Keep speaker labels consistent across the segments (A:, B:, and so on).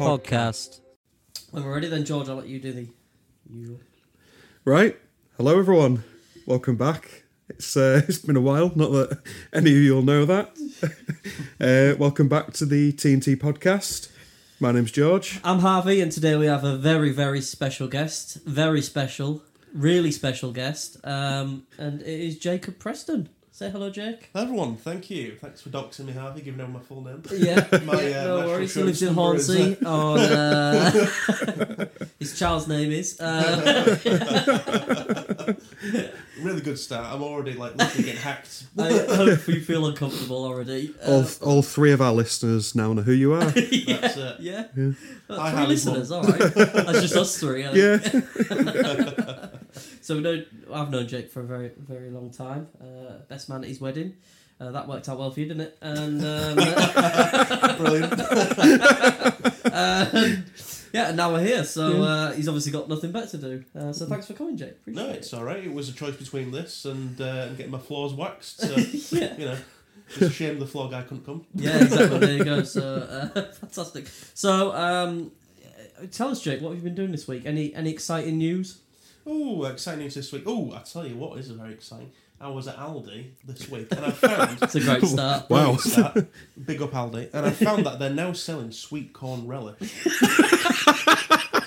A: podcast.
B: When we're ready, then George, I'll let you do the usual.
A: Right. Hello, everyone. Welcome back. It's uh, it's been a while. Not that any of you'll know that. uh, welcome back to the TNT podcast. My name's George.
B: I'm Harvey, and today we have a very, very special guest. Very special, really special guest, um, and it is Jacob Preston. Say hello, Jake.
C: Everyone, thank you. Thanks for doxing me, Harvey, giving out my full name.
B: Yeah,
C: My,
B: yeah,
C: uh, national
B: no worries. He lives in
C: insurance number
B: Hornsey. On uh, his child's name is. Uh,
C: Really good start. I'm already like looking at hacked.
B: I hope you feel uncomfortable already.
A: All,
B: Uh,
A: all three of our listeners now know who you are.
C: That's it.
B: yeah, Well,
C: I
B: three
C: have as well.
B: listeners. All right, that's just us three. I think.
A: yeah.
B: So we know, I've known Jake for a very, very long time. Uh, best man at his wedding. Uh, that worked out well for you, didn't it? And um,
C: Brilliant.
B: uh, yeah, and now we're here. So uh, he's obviously got nothing better to do. Uh, so thanks for coming, Jake. Appreciate
C: No,
B: it.
C: it's all right. It was a choice between this and, uh, and getting my floors waxed. So, you
B: yeah.
C: know, it's a shame the floor guy couldn't come.
B: yeah, exactly. There you go. So uh, fantastic. So um, tell us, Jake, what have you been doing this week? Any any exciting news?
C: Oh, exciting news this week. Oh, I tell you what is very exciting. I was at Aldi this week and I found.
B: It's a great start.
A: Wow.
C: Brilliant start. Big up Aldi. And I found that they're now selling sweet corn relish.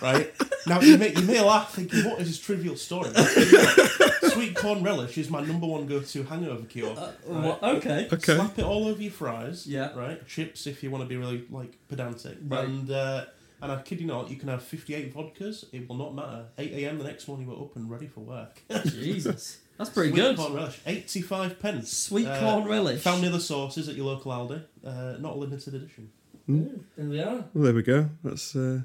C: right? Now, you may, you may laugh thinking, what is this trivial story? But you know, sweet corn relish is my number one go to hangover cure.
B: Uh,
C: Right?
B: what- okay.
A: Okay.
C: Slap it all over your fries.
B: Yeah.
C: Right? Chips if you want to be really, like, pedantic.
B: Right.
C: And, uh, and I'm kidding not, you can have 58 vodkas. It will not matter. 8 a.m. the next morning, we're up and ready for work.
B: Jesus, that's pretty
C: Sweet
B: good.
C: corn relish. 85 pence.
B: Sweet
C: Uh,
B: corn relish.
C: Found the other sauces at your local Aldi. Uh, not a limited edition.
B: Mm, There we are.
A: Well, there we go. That's uh,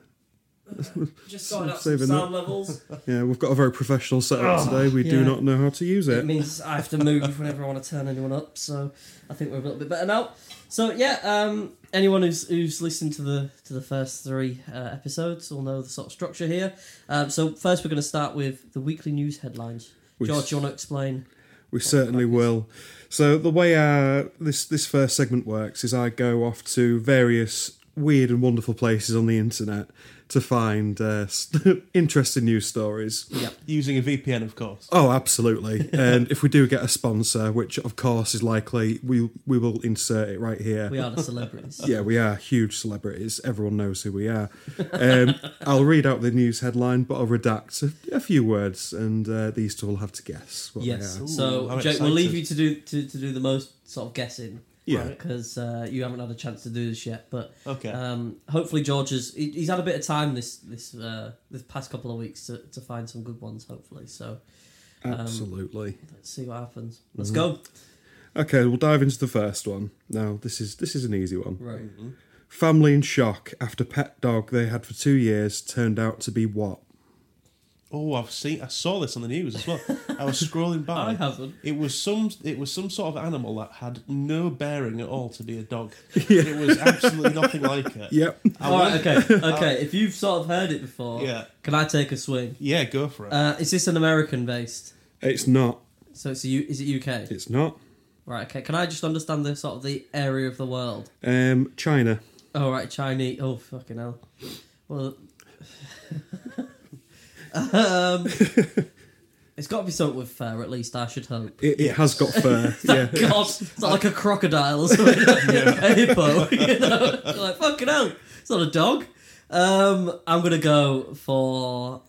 B: Just sorting out some
A: Saving
B: sound levels.
A: yeah. We've got a very professional setup today. We do
B: Ah, Yeah.
A: not know how to use
B: It
A: it.
B: means I have to move whenever I want to turn anyone up, so I think we're a little bit better now. So yeah, um, anyone who's who's listened to the to the first three uh, episodes will know the sort of structure here. Um, so first, we're going to start with the weekly news headlines.
A: We-
B: George, you want to explain?
A: We certainly will. So the way uh, this this first segment works is I go off to various weird and wonderful places on the internet to find uh, interesting news stories.
C: Using a VPN, of course.
A: Oh, absolutely! and if we do get a sponsor, which of course is likely, we we will insert it right here.
B: We are the celebrities.
A: Yeah, we are huge celebrities. Everyone knows who we are. Um, I'll read out the news headline, but I'll redact a, a few words, and uh, these two will have to guess what
B: Yes.
A: they are.
B: so
C: I'm
B: Jake, we'll leave
C: excited.
B: you to do to, to do the most sort of guessing.
A: Yeah.
C: Right.
B: Because uh, you haven't had a chance to do this yet, but
C: Okay.
B: um, hopefully George has he, he's had a bit of time this this uh, this past couple of weeks to, to find some good ones. Hopefully, so Um,
A: Absolutely.
B: let's see what happens. Let's go.
A: Okay, we'll dive into the first one. Now, this is this is an easy one.
B: Right.
C: Mm-hmm.
A: Family in shock after pet dog they had for two years turned out to be what?
C: oh, I've seen. I saw this on the news as well. I was scrolling by.
B: I haven't.
C: It was some. It was some sort of animal that had no bearing at all to be a dog. It was absolutely nothing like it.
A: Yep.
C: I
B: All
C: wonder-
B: right. Okay. Okay. if you've sort of heard it before,
C: Yeah.
B: Can I take a swing?
C: Yeah, go for it.
B: Uh, is this an American based?
A: It's not.
B: So it's a U- is it UK?
A: It's not.
B: Right. Okay. Can I just understand the sort of the area of the world?
A: Um, China.
B: All right, Chinese. Oh fucking hell. Well, um, it's got to be something with fur. At least I should hope.
A: It, it has got fur. yeah.
B: God, it's not like a crocodile or something. a hippo. You know? like fucking hell. It's not a dog. Um, I'm gonna go for.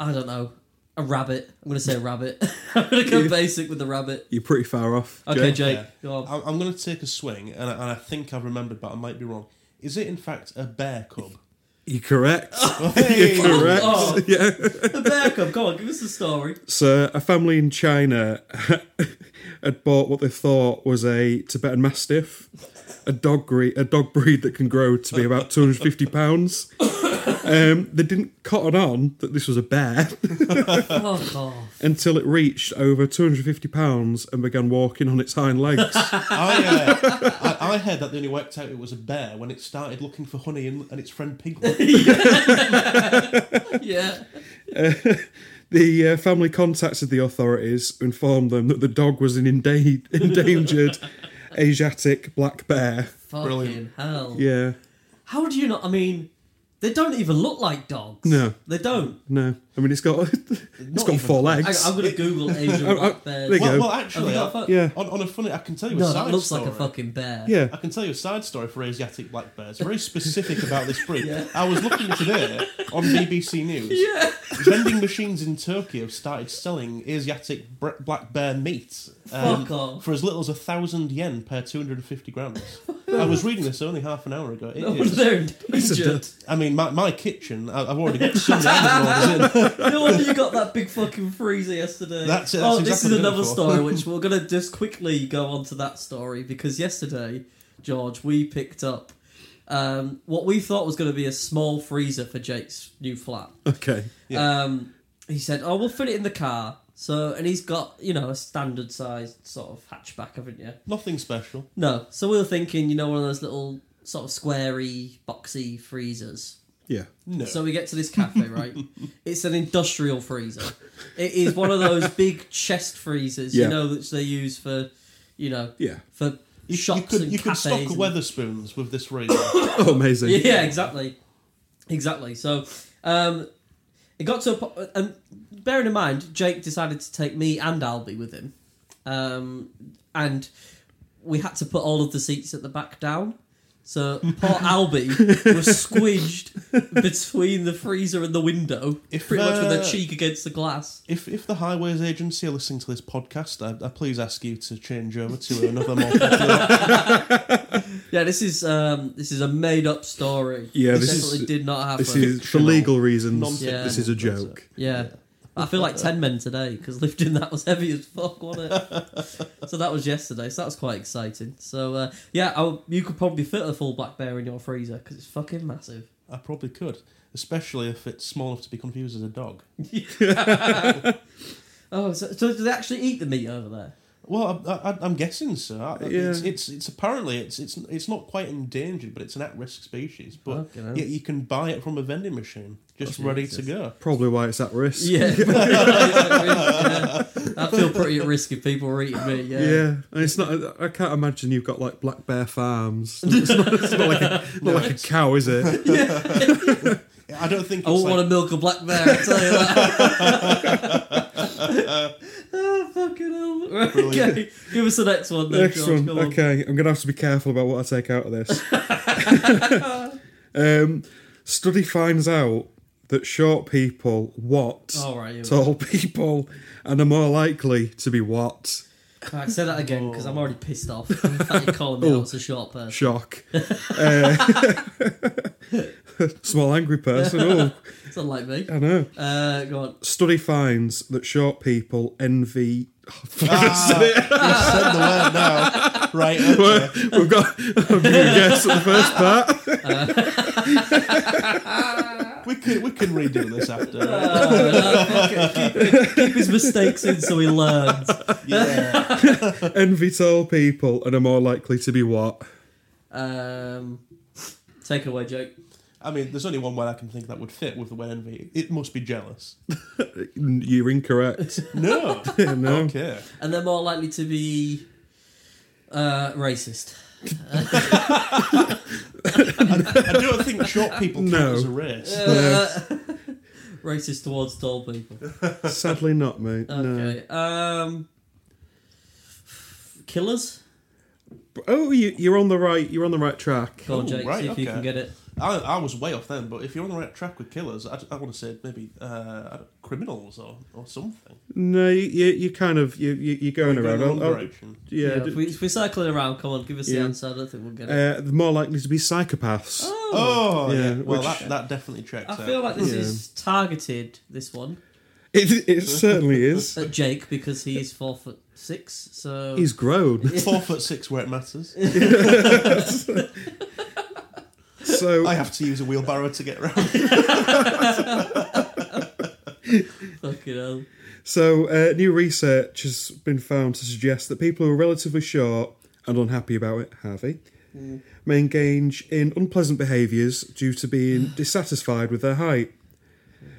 B: I don't know. A rabbit. I'm gonna say a rabbit. I'm gonna go basic with the rabbit.
A: You're pretty far off.
B: Okay,
A: Jake.
B: Jake.
C: Yeah.
B: Go on.
C: I'm, I'm going to take a swing, and I, and I think I've remembered, but I might be wrong. Is it in fact a bear cub?
A: You're correct.
C: Hey!
A: You're correct.
B: Oh.
A: Yeah.
B: The bear cub. Go on. Give us the story.
A: So, a family in China had bought what they thought was a Tibetan Mastiff, a dog breed, a dog breed that can grow to be about 250 pounds. Um, they didn't cotton on that this was a bear
B: Fuck off.
A: until it reached over 250 pounds and began walking on its hind legs.
C: I, uh, I, I heard that they only worked out it was a bear when it started looking for honey and, and its friend Piglet.
B: Yeah.
A: The uh, family contacted the authorities to inform them that the dog was an enda- endangered Asiatic black bear.
B: Fucking
C: Brilliant.
B: hell.
A: Yeah.
B: How do you not? I mean, They don't even look like dogs.
A: No.
B: They don't.
A: No, I mean it's got it's got
C: even
A: four
B: I,
A: legs.
B: I'm going to Google Asian
A: I- I-
B: black bears.
A: there you
C: Well,
A: go.
C: well,
B: Have
C: actually,
B: you got a
C: I-
B: fuck-
A: yeah,
C: on, on a funny, I can tell you a
B: No,
C: side
B: that looks
C: story.
B: like a fucking bear.
C: I
A: yeah.
C: can tell you a side story for Asiatic black bears. Very specific about this breed.
B: Yeah.
C: I was looking today on BBC News.
B: Yeah.
C: Vending machines in Turkey have started selling Asiatic br- black bear meat um,
B: Fuck off.
C: for as little as a thousand yen per 250 grams. I was reading this only half an hour ago. It
B: No
C: is-
B: wonder they're endangered.
A: It's
C: I mean, my, my kitchen, I, I've already got so many animal orders in.
B: No wonder you got that big fucking freezer yesterday.
C: That's it, that's
B: oh, this
C: exactly
B: is
C: what I'm
B: another
C: for.
B: story which we're gonna just quickly go on to that story because yesterday, George, we picked up um, what we thought was gonna be a small freezer for Jake's new flat.
A: Okay.
B: Um, he said, "Oh, we'll fit it in the car." So, and he's got you know a standard sized sort of hatchback, haven't you?
C: Nothing special.
B: No. So we were thinking, you know, one of those little sort of squarey, boxy freezers.
A: Yeah.
C: No.
B: So we get to this cafe, right? it's an industrial freezer. It is one of those big chest freezers,
A: Yeah.
B: you know, which they use for, you know,
A: Yeah.
B: for
C: you,
B: shops
C: you could,
B: and
C: you could
B: cafes.
C: stock
B: and-
C: Weatherspoons with this reason.
A: Oh, amazing.
B: Yeah, exactly, exactly. So, um, it got to a po- and bearing in mind, Jake decided to take me and Albie with him, um, and we had to put all of the seats at the back down. So poor Albie was squidged between the freezer and the window,
C: If,
B: pretty much with her
C: uh,
B: cheek against the glass.
C: If, if the Highways Agency are listening to this podcast, I, I please ask you to change over to another more popular.
B: Yeah, this is um, this is a made up story.
A: Yeah,
B: It
A: this is-
B: definitely did not happen.
A: This is for
C: Fictional.
A: legal reasons.
C: Non-fictional
A: This is a
C: concept.
A: joke.
B: Yeah. I feel like 10 men today because lifting that was heavy as fuck, wasn't it? so that was yesterday, so that was quite exciting. So, uh, yeah, I, you could probably fit a full black bear in your freezer because it's fucking massive.
C: I probably could, especially if it's small enough to be confused as a dog.
B: Oh, so, so do they actually eat the meat over there?
C: Well, I, I, I'm guessing so. I, it's,
A: Yeah.
C: it's it's apparently it's it's it's not quite endangered, but it's an at-risk species. But
B: Fucking hell.
C: yet you can buy it from a vending machine, just
B: Oh,
C: ready to
B: Jesus.
C: go.
A: Probably why it's at risk.
B: Yeah. Yeah. I feel pretty at risk if people are eating meat, yeah.
A: Yeah, and it's not. I can't imagine you've got like black bear farms. It's not, it's not like a, not like a cow, is it?
C: I don't think
B: I
C: it's
B: wouldn't
C: like,
B: want to milk a black bear, I tell you that. oh, fucking hell. Right,
C: Brilliant.
B: okay. Give us the next one then,
A: Next
B: George.
A: one.
B: Go on.
A: Okay, I'm gonna have to be careful about what I take out of this. um, study finds out that short people what
B: All Oh, right, here we
A: tall people and are more likely to be what
B: All right, say that again
A: Oh.
B: because I'm already pissed off. You're calling me out as a short person.
A: shock. Uh, small angry person. Oh,
B: It's not like me.
A: I know.
B: Uh, go on.
A: Study finds that short people envy.
B: Ah,
C: send the word now, right? okay.
A: We've got. I'll give you a guess at the first part.
C: We can we can redo this after.
B: Keep his mistakes in so he learns.
C: Yeah.
A: Envy tall people and are more likely to be what?
B: Um, take it away, Jake.
C: I mean, there's only one way I can think that would fit with the word envy. It must be jealous.
A: You're incorrect.
C: No.
A: no.
C: Okay.
B: And they're more likely to be uh, racist.
C: I don't think short people count
A: No.
C: as a race.
B: Uh, racist towards tall people.
A: Sadly not, mate. No.
B: Okay. Um, killers?
A: But- Oh, you, you're on the right. You're on the Oh, right track.
B: Go on,
C: Ooh,
B: Jake.
C: right,
B: see if you
C: okay.
B: can get it.
C: I, I was way off then, but if you're on the right track with killers, I, I want to say maybe uh, I don't- criminals or, or something.
A: No, you, you you kind of you, you you're going
C: Go in
A: around.
C: the wrong
A: I'll- I'll-
C: direction.
A: yeah.
B: Yeah,
A: d-
B: if, we, if we're cycling around, come on, give us
A: Yeah.
B: the answer. I don't think we'll get it.
A: uh, they're more likely to be psychopaths.
C: Oh,
A: Yeah,
C: yeah. Well,
A: which-
C: that, that definitely checks
B: I
C: out.
B: feel like this
A: Yeah.
B: is targeted. This one
A: It, it certainly is.
B: at Jake because he is four foot six. So
A: He's grown.
C: Four foot six where it matters.
A: So
C: I have to use a wheelbarrow to get around.
B: fucking hell.
A: So, uh, new research has been found to suggest that people who are relatively short and unhappy about it, Harvey, may engage in unpleasant behaviours due to being dissatisfied with their height.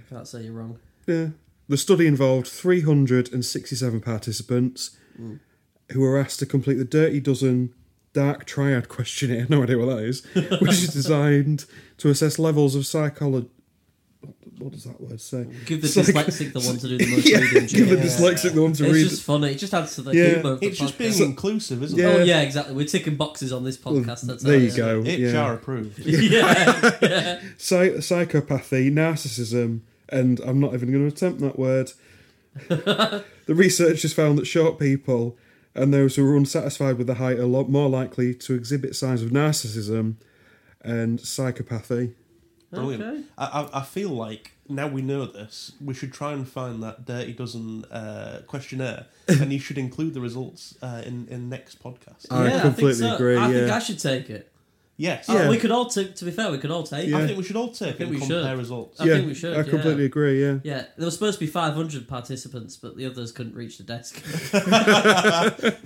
B: Can't say you're wrong.
A: Yeah. The study involved 367 participants who were asked to complete the Dirty Dozen Dark Triad questionnaire, no idea what that is, which is designed to assess levels of psychology. What does that word say?
B: Give the
A: Psych-
B: dyslexic the one to do the most
A: yeah,
B: reading.
A: give the
B: Jim.
A: dyslexic the one to
B: It's
A: read.
B: just funny. It just adds to the
A: Yeah.
B: humour of the
C: It's just
B: podcast.
C: being inclusive, isn't
A: Yeah.
C: it?
B: Oh yeah, exactly. We're ticking boxes on this podcast. That's
A: there
B: how
A: you
B: it
A: go.
C: HR
A: yeah.
C: approved.
B: is. yeah,
A: Psy- psychopathy, narcissism, and I'm not even going to attempt that word. the researchers found that short people and those who were unsatisfied with their height are a lot more likely to exhibit signs of narcissism and psychopathy.
C: Brilliant.
B: Okay.
C: I, I, I feel like now we know this, we should try and find that Dirty Dozen uh, questionnaire, and you should include the results uh, in in next podcast.
A: I
B: Yeah,
A: completely
B: think so.
A: agree,
B: I think
A: yeah.
B: I should take it.
C: yes,
A: Yeah.
B: Oh, we could all take. To be fair, we could all take.
C: I
B: it.
C: think we should all take
B: think
C: and
B: we
C: compare
B: should.
C: results.
B: I think we should,
A: I completely
B: yeah.
A: agree. Yeah,
B: Yeah, there was supposed to be 500 participants, but the others couldn't reach the desk.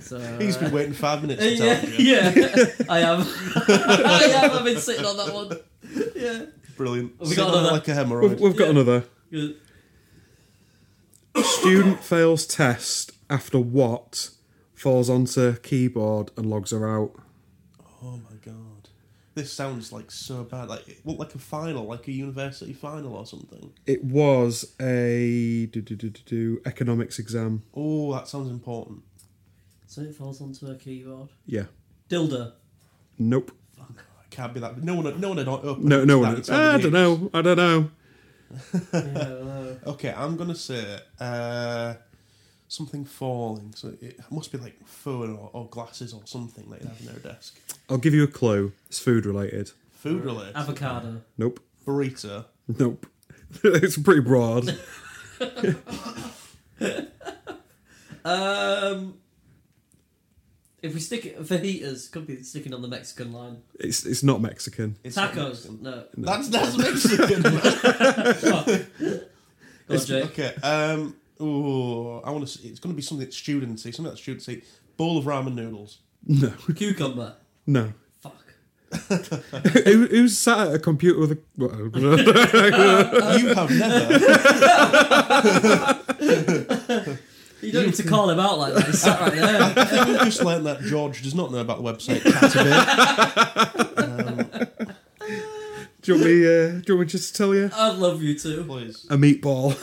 B: so
C: He's
B: uh,
C: been waiting five minutes to
B: yeah,
C: tell you.
B: yeah, I am. I am. I've been sitting on that one. Yeah.
C: Brilliant.
B: We got
C: Sit on it
B: another-
C: like a
A: We've,
C: hemorrhoid.
A: we've got
B: Yeah.
A: another.
B: Good.
A: Student fails test after what falls onto keyboard and logs her out.
C: Oh my god. This sounds like so bad. Like well, like a final, like a university final or something.
A: It was a do, do, do, do, do, economics exam.
C: Oh, that sounds important.
B: So it falls onto her keyboard.
A: Yeah.
B: Dildo.
A: Nope.
C: Oh, It can't be that. No one. No one had opened.
A: No, no
C: that
A: one. Ah,
C: until
A: I
C: the
A: don't
C: news.
A: know. I don't know.
C: Okay, I'm gonna say uh, something falling. So it must be like phone or, or glasses or something that you have in their desk.
A: I'll give you a clue. It's food related.
C: Food related.
B: Avocado.
A: Nope.
C: Burrito.
A: Nope. it's pretty broad.
B: Um, if we stick it for heaters, could be sticking on the Mexican line.
A: It's it's not Mexican.
C: It's not
B: Tacos.
C: Mexican.
B: No.
C: That's that's Mexican. man.
B: Go on, Jake.
C: okay. Um. Ooh, I want to. It's gonna be something that's student Something that's student Bowl of ramen noodles.
A: No.
B: Cucumber.
A: No.
B: Fuck.
A: Who, who's sat at a computer with a? well,
C: you have never.
B: You don't need to call him out like that. He's sat right there.
C: I think we've just learned that George does not know about the website Catabit.
A: do you want me? Uh, do you want me just to tell you?
B: I'd love you too.
C: Please.
A: A meatball.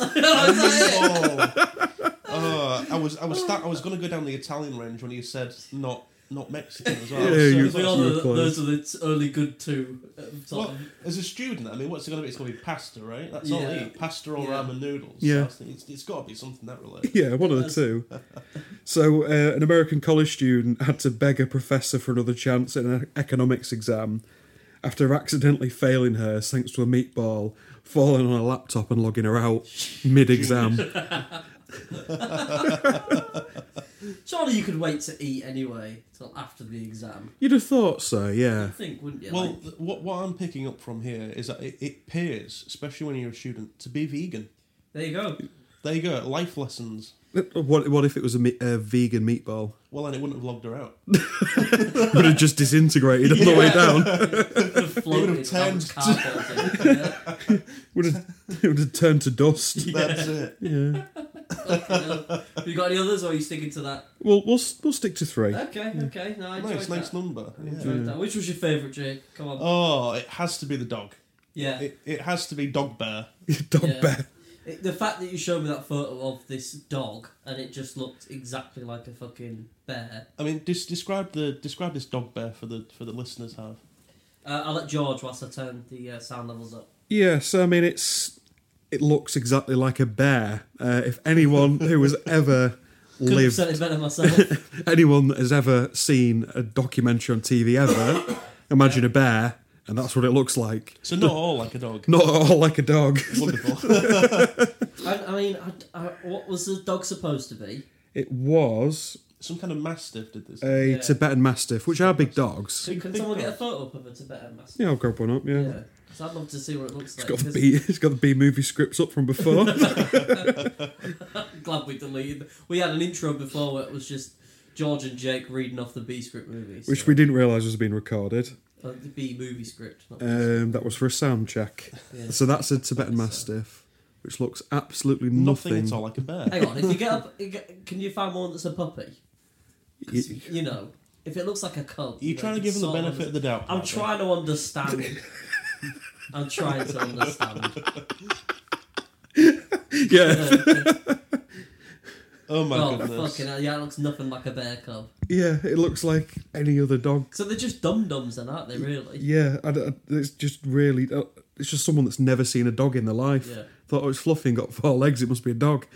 C: Oh, Oh, I was, I was, start, I was going to go down the Italian range when you said not, not Mexican as well.
A: Yeah,
C: So-
A: you-
B: We all
A: you
B: know
A: were
B: that
A: close.
B: those are the t- only good two. uh, sort
C: Well,
B: of.
C: as a student, I mean, what's it going to be? It's going to be pasta, right? That's all
B: Yeah.
C: I eat: pasta or
B: Yeah.
C: ramen noodles.
A: Yeah.
C: So I was thinking, it's, it's got to be something that relates.
A: yeah, one of the two. So, uh, an American college student had to beg a professor for another chance at an e-, economics exam after accidentally failing her thanks to a meatball falling on a laptop and logging her out mid-exam.
B: Surely you could wait to eat anyway till after the exam.
A: You'd have thought so, yeah.
B: I think, wouldn't you?
C: Well,
B: Like,
C: th- what what I'm picking up from here is that it, it appears, especially when you're a student, to be vegan.
B: there you go.
C: There you go, life lessons.
A: What what if it was a, me- a vegan meatball?
C: Well, then it wouldn't have logged her out.
A: Would have just disintegrated all the way down.
B: Floating
C: have turned
B: around cardboard thing. Yeah.
A: Would have, it would have turned to dust.
C: That's it.
A: Yeah.
B: Have you got any others, or are you sticking to that?
A: Well, we'll s- we'll stick to three.
B: Okay, okay. No, I enjoyed
C: Nice,
B: that.
C: nice number.
B: I
C: Yeah.
B: enjoyed that. Which was your favourite, Jake? Come on.
C: Oh, it has to be the dog.
B: yeah.
C: It, it has to be Dog Bear.
A: Dog
B: Yeah.
A: bear.
B: It- the fact that you showed me that photo of this dog and it just looked exactly like a fucking bear.
C: I mean, dis- describe the describe this Dog Bear for the for the listeners. Have
B: Uh, I'll let George whilst I turn the uh, sound levels up.
A: Yes, I mean it's it looks exactly like a bear. Uh, if anyone who has ever
B: Couldn't have
A: lived,
B: said it better myself.
A: anyone that has ever seen a documentary on TV ever, imagine a bear, and that's what it looks like.
C: so not all like a dog.
A: Not at all like a dog.
C: Wonderful.
B: I, I mean, I, I, what was the dog supposed to be?
A: It was
C: Some kind of mastiff did this.
A: a
B: Yeah.
A: Tibetan Mastiff, which are big dogs.
B: Can,
C: big
B: someone get a
C: dog.
B: photo up of a Tibetan mastiff?
A: Yeah, I'll grab one up. Yeah.
B: Yeah. 'Cause I'd love to see what it looks like.
A: Got the
B: 'cause
A: B, it's got the B movie scripts up from before.
B: I'm glad we deleted. We had an intro before where it was just George and Jake reading off the B script movies.
A: which we didn't realise was being recorded.
B: uh, the B movie script. Not
A: Um, that was for a sound check.
B: Yeah.
A: So that's a Tibetan Mastiff, which looks absolutely nothing.
C: Nothing at all like a bear.
B: Hang on, if you get up, you get- can you find one that's a puppy? 'Cause,
A: Y-
B: You know, if it looks like a cult,
C: You're
B: know,
C: trying to
B: you
C: give them the
B: sort of
C: benefit of the doubt.
B: I'm
C: Pat,
B: trying to understand. I'm trying to understand.
A: Yeah,
C: though. Oh my
B: oh
C: goodness.
B: fucking hell! Yeah, it looks nothing like a bear cub.
A: yeah. It looks like any other dog.
B: So they're just dum dums, then, aren't they? Really?
A: Yeah, I, I- it's just really. uh, It's just someone that's never seen a dog in their life.
B: Yeah.
A: Thought oh, it's fluffy and got four legs. It must be a dog.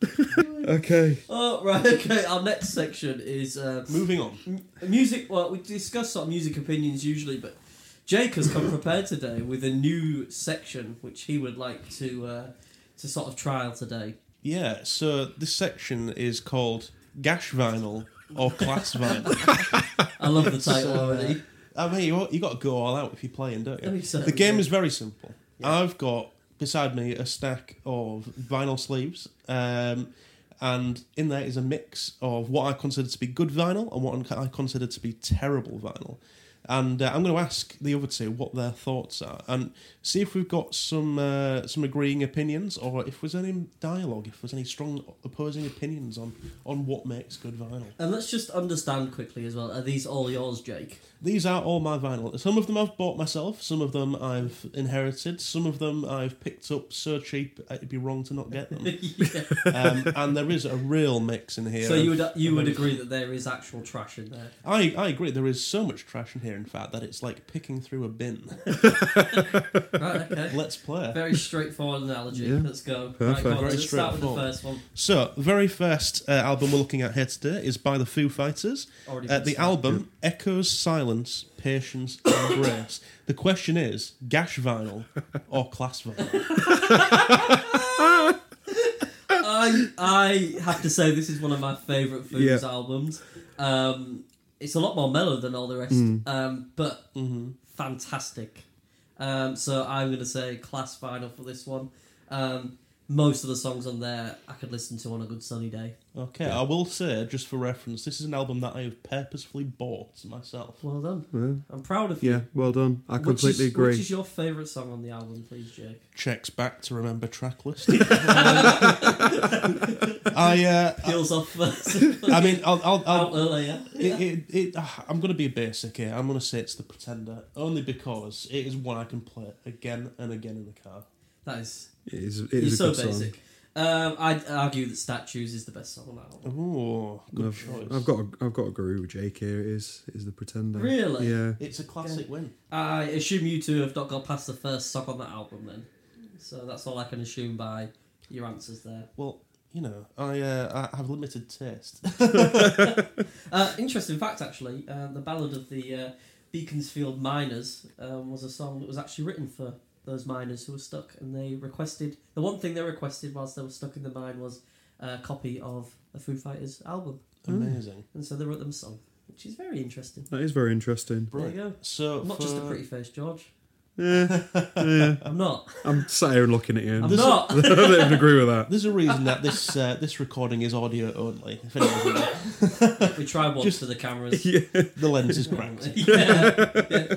A: okay.
B: Oh right, okay. Our next section is uh,
C: Moving on.
B: music. Well, we discuss sort of music opinions usually, but Jake has come prepared today with a new section which he would like to uh, to sort of trial today.
C: Yeah, so this section is called Gash Vinyl or Class Vinyl.
B: I love the title
C: So, uh,
B: already.
C: I mean, you, you got to go all out if you're playing, don't you?
B: Oh, you certainly
C: the game
B: do.
C: is very simple. I've got beside me a stack of vinyl sleeves, um, and in there is a mix of what I consider to be good vinyl and what I consider to be terrible vinyl. And uh, I'm going to ask the other two what their thoughts are, and see if we've got some uh, some agreeing opinions, or if there's any dialogue, if there's any strong opposing opinions on on what makes good vinyl.
B: And let's just understand quickly as well. Are these all yours, Jake?
C: These are all my vinyl. Some of them I've bought myself, some of them I've inherited, some of them I've picked up so cheap uh, it'd be wrong to not get them.
B: Yeah.
C: um, and there is a real mix in here.
B: So you
C: of-
B: would uh, you
C: of
B: would
C: everything.
B: agree that there is actual trash in there?
C: I, I agree. There is so much trash in here, in fact, that it's like picking through a bin.
B: Right. Okay.
C: Let's play.
B: Very straightforward analogy.
A: Yeah.
B: Let's go. Right,
A: Perfect.
B: go on,
C: Very
B: let's start with the
C: straightforward.
B: first one.
C: So, the very first uh, album we're looking at here today is by the Foo Fighters.
B: Already
C: Uh,
B: been
C: the
B: said.
C: album echoes silence, patience, and grace. The question is gash vinyl or class vinyl?
B: I I have to say this is one of my favourite Foo's
A: Yeah.
B: albums. Um, it's a lot more mellow than all the rest,
A: Mm.
B: um, but fantastic. Um, so I'm going to say class final for this one. Um, most of the songs on there I could listen to on a good sunny day.
C: Okay, I will say, just for reference, this is an album that I have purposefully bought myself.
B: Well done.
A: Yeah.
B: I'm proud of you.
A: Yeah. Well done. I
B: Which
A: completely
B: is,
A: agree.
B: Which is your favourite song on the album, please, Jake?
C: Checks back to remember track list. I, uh,
B: Peels off first.
C: I mean, I'll, I'll, I'll
B: out earlier.
C: it, it, it, ah, I'm going to be basic here. I'm going to say it's The Pretender, only because it is one I can play again and again in the car.
B: That is,
A: it is. It
B: you're
A: is a
B: so
A: good song.
B: basic. Um, I'd argue that Statues is the best song on that album.
C: Oh, good
A: I've,
C: choice.
A: I've got. A, I've got a guru with Jake here. It Is is the pretender?
B: Really?
A: Yeah.
C: It's a classic win.
B: I assume you two have not got past the first song on that album then. So that's all I can assume by your answers there.
C: Well, you know, I, uh, I have limited taste.
B: Uh, interesting fact, actually, uh, the ballad of the uh, Beaconsfield Miners um, was a song that was actually written for those miners who were stuck, and they requested the one thing they requested whilst they were stuck in the mine was uh, a copy of a Foo Fighters album,
C: Amazing.
B: and so they wrote them a song, which is very interesting.
A: That is very interesting.
B: There
C: Right.
B: you go.
C: So
B: I'm not just a
C: for-
B: pretty face, George.
A: Yeah. yeah.
B: I'm not.
A: I'm sat here and looking at you.
B: I'm
A: and-
B: not.
A: I don't even agree with that.
C: There's a reason that this uh, this recording is audio only. If anyone,
B: we tried once
C: Just-
B: for the cameras.
C: the lens is cracked.
B: yeah.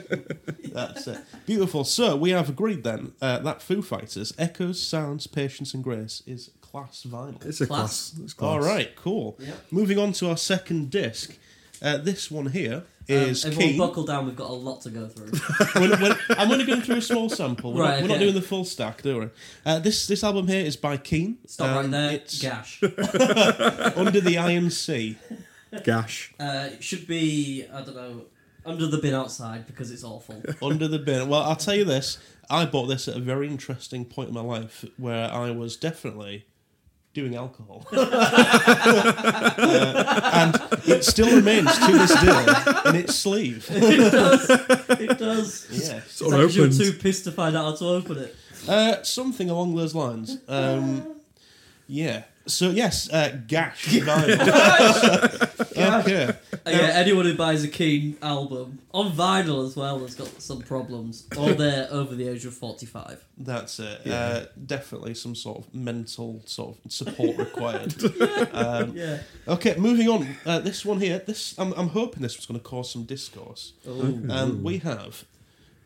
C: That's it. Beautiful. So we have agreed then uh, that Foo Fighters echoes, sounds, patience, and grace is class vinyl.
A: It's a
B: Class.
A: class. It's class.
C: All right, cool.
B: Yeah.
C: Moving on to our second disc. Uh, this one here is
B: um, everyone
C: Keen.
B: buckle down. We've got a lot to go through.
C: We're- we're- I'm only going through a small sample. We're,
B: Right,
C: not, we're not
B: okay.
C: doing the full stack, do we? Uh, this this album here is by Keen.
B: Stop right
C: Um,
B: there.
C: It's
B: Gash.
C: Under the Iron Sea.
A: Gash.
B: Uh, it should be I don't know under the bin outside because it's awful.
C: under the bin. Well, I'll tell you this. I bought this at a very interesting point in my life where I was definitely doing alcohol. Uh, and it still remains to this day in its sleeve.
B: it does. It does.
C: Yes.
B: It's
A: Sort
B: like
A: of
B: 'cause you're
A: opens.
B: too pissed to find out how to open it.
C: Uh, something along those lines. Um, yeah. So, yes, uh, Gash. vinyl. okay.
B: Uh, yeah, anyone who buys a Keen album on vinyl as well has got some problems, or they're over the age of forty-five.
C: That's it. Uh, definitely some sort of mental sort of support required. um,
B: Yeah.
C: Okay, moving on. Uh, this one here. This I'm, I'm hoping this was going to cause some discourse.
B: Ooh.
C: Um, we have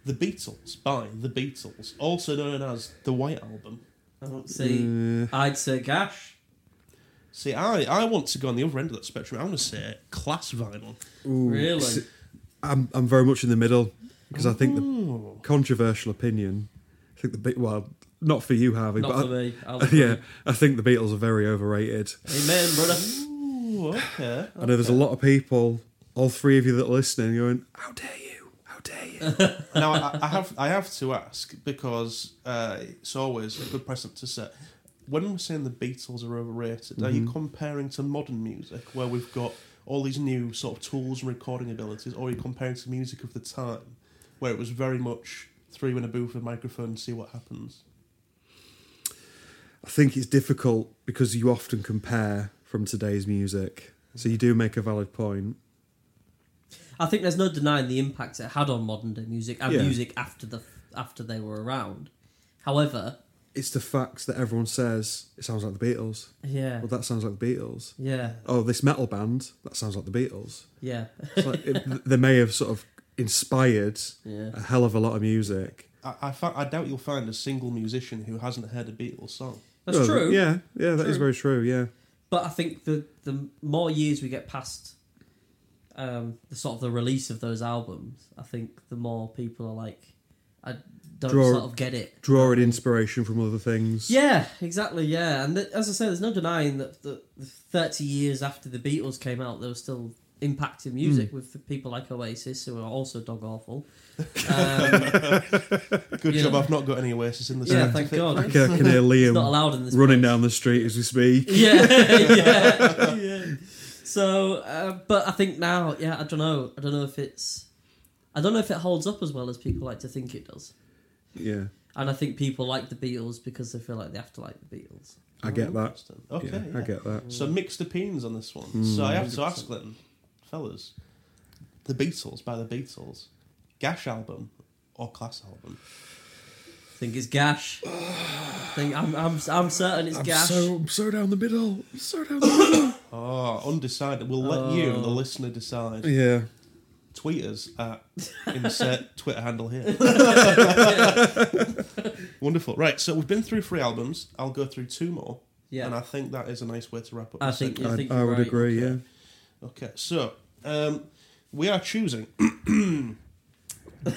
C: the Beatles by the Beatles, also known as the White Album.
A: Uh,
B: I don't see. I'd say Gash.
C: See, I, I want to go on the other end of that spectrum. I want to say class vinyl.
B: really?
A: s- I'm I'm very much in the middle because I think the controversial opinion. I think the big well, not for you, Harvey,
B: Not
A: but
B: for
A: I-
B: me. I'll agree.
A: yeah, I think the Beatles are very overrated.
B: Amen, brother.
C: Ooh, okay.
A: I know there's a lot of people, all three of you that are listening, going, "How dare you? How dare you?"
C: now I, I have I have to ask because uh, it's always a good precedent to set. When we're saying the Beatles are overrated, are you comparing to modern music where we've got all these new sort of tools and recording abilities, or are you comparing to music of the time where it was very much throw you in a booth with a microphone and see what happens?
A: I think it's difficult because you often compare from today's music, so you do make a valid point.
B: I think there's no denying the impact it had on modern day music and
A: Yeah.
B: music after the after they were around. However,
A: It's the facts that everyone says it sounds like the Beatles.
B: yeah,
A: Well, that sounds like the Beatles.
B: yeah,
A: Oh, this metal band that sounds like the Beatles.
B: yeah,
A: It's like it, they may have sort of inspired
B: yeah.
A: a hell of a lot of music.
C: I I, fa- I doubt you'll find a single musician who hasn't heard a Beatles song.
B: That's
A: Oh,
B: true.
A: Yeah, yeah, that is
B: True.
A: very true. Yeah,
B: But I think the the more years we get past um, the sort of the release of those albums, I think the more people are like, I don't
A: Draw-
B: sort of get it.
A: drawing inspiration from other things.
B: Yeah, exactly. Yeah, and th- as I say, there's no denying that the, the 30 years after the Beatles came out, there was still impacting
A: Hmm.
B: music with people like Oasis, who are also dog awful. Um,
C: Good
B: Yeah.
C: job, I've not got any Oasis in the
B: yeah,
C: set.
B: thank
A: I
B: God.
A: can, I can hear
B: It's not
A: Liam
B: allowed in this.
A: running
B: place.
A: down the street as we speak.
B: Yeah, yeah, yeah. So, uh, but I think now, yeah, I don't know. I don't know if it's, I don't know if it holds up as well as people like to think it does.
A: Yeah,
B: And I think people like the Beatles because they feel like they have to like the Beatles.
A: I
B: Oh,
A: get that.
C: Interesting. Okay,
A: yeah, I
C: yeah.
A: get that.
B: Hmm.
C: So mixed opinions on this one. So I have to ask them, fellas, the Beatles by the Beatles, Gash album or Class album?
B: I think it's Gash. I think I'm, I'm, I'm certain it's
A: I'm
B: Gash.
A: so I'm so down the middle. I'm so down the middle.
C: Oh, undecided. We'll let you,
B: Oh.
C: the listener, decide.
A: yeah,
C: Tweet us at insert Twitter handle here. Wonderful. Right, so we've been through three albums. I'll go through two more.
B: Yeah.
C: And I think that is a nice way to wrap up.
B: I
C: the
B: think
C: segment.
B: I
A: I,
B: think
A: I
B: you're
A: would
B: right.
A: agree. Yeah,
C: Okay, so um, we are choosing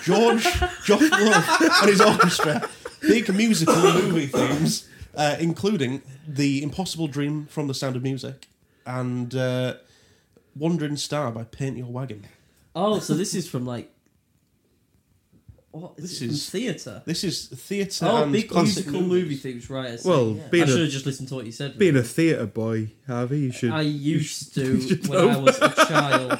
C: George George Love and his orchestra big musical movie themes, uh, including The Impossible Dream from The Sound of Music and uh, Wandering Star by Paint Your Wagon.
B: Oh, so this is from like. What is
C: This
B: it?
C: is-
B: From theatre.
C: This is theatre
B: Oh,
C: and
B: big
C: classic
B: musical
C: movies.
B: movie themes, right? I see.
A: Well,
B: I
A: being a-
B: should have just listened to what you said.
A: being
B: really.
A: a theatre boy, Harvey, you should.
B: I used to
A: you should
B: when I
A: know.
B: was a child.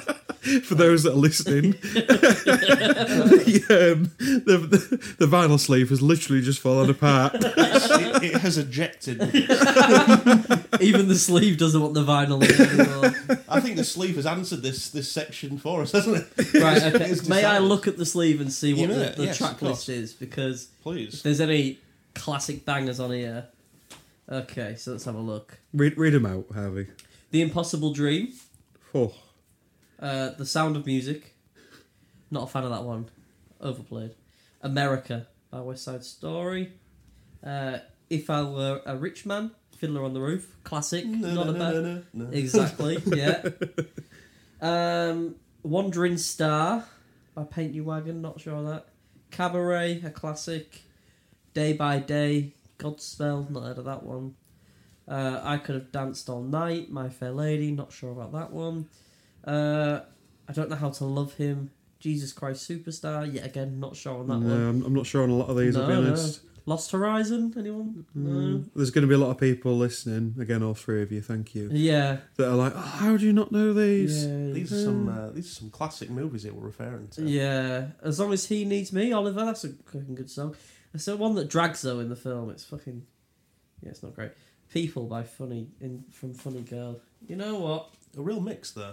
A: for those that are listening, the, um, the, the, the vinyl sleeve has literally just fallen apart.
C: It, it has ejected. me.
B: Even the sleeve doesn't want the vinyl anymore.
C: I think the sleeve has answered this this section for us, hasn't it?
B: right, okay.
C: It's
B: May I
C: decided.
B: look at the sleeve and see what
C: You know
B: the,
C: it,
B: the
C: yes,
B: track
C: of course.
B: list is? Because if
C: Please.
B: there's any classic bangers on here. Okay, so let's have a look.
A: Read, read them out, Harvey.
B: The Impossible Dream,
A: Oh,
B: uh, The Sound of Music. Not a fan of that one. Overplayed. America by West Side Story. Uh, if I Were a Rich Man, Fiddler on the Roof. Classic. not a bad.
C: no, no, no.
B: Exactly. Yeah. um, Wandering Star by Paint You Wagon. Not sure of that. Cabaret, a classic. Day by Day. Godspell. Not heard of that one. Uh, I could have danced all night. My Fair Lady. Not sure about that one. Uh, I don't know how to love him. Jesus Christ Superstar. Yet again, not sure on
A: no,
B: that one.
A: I'm, I'm not sure on a lot of these, I'll be
B: No, no.
A: honest. Mm.
B: Lost Horizon. Anyone? No.
A: There's going to be a lot of people listening, again, all three of you, thank you,
B: Yeah.
A: that are like, oh, how do you not know these?
B: yeah.
C: These are some uh, these are some classic movies that we're referring to.
B: Yeah, as long as he needs me, Oliver. That's a fucking good song. It's the one that drags though in the film. It's fucking yeah, it's not great. People by Funny in from Funny Girl. You know what?
C: A real mix there.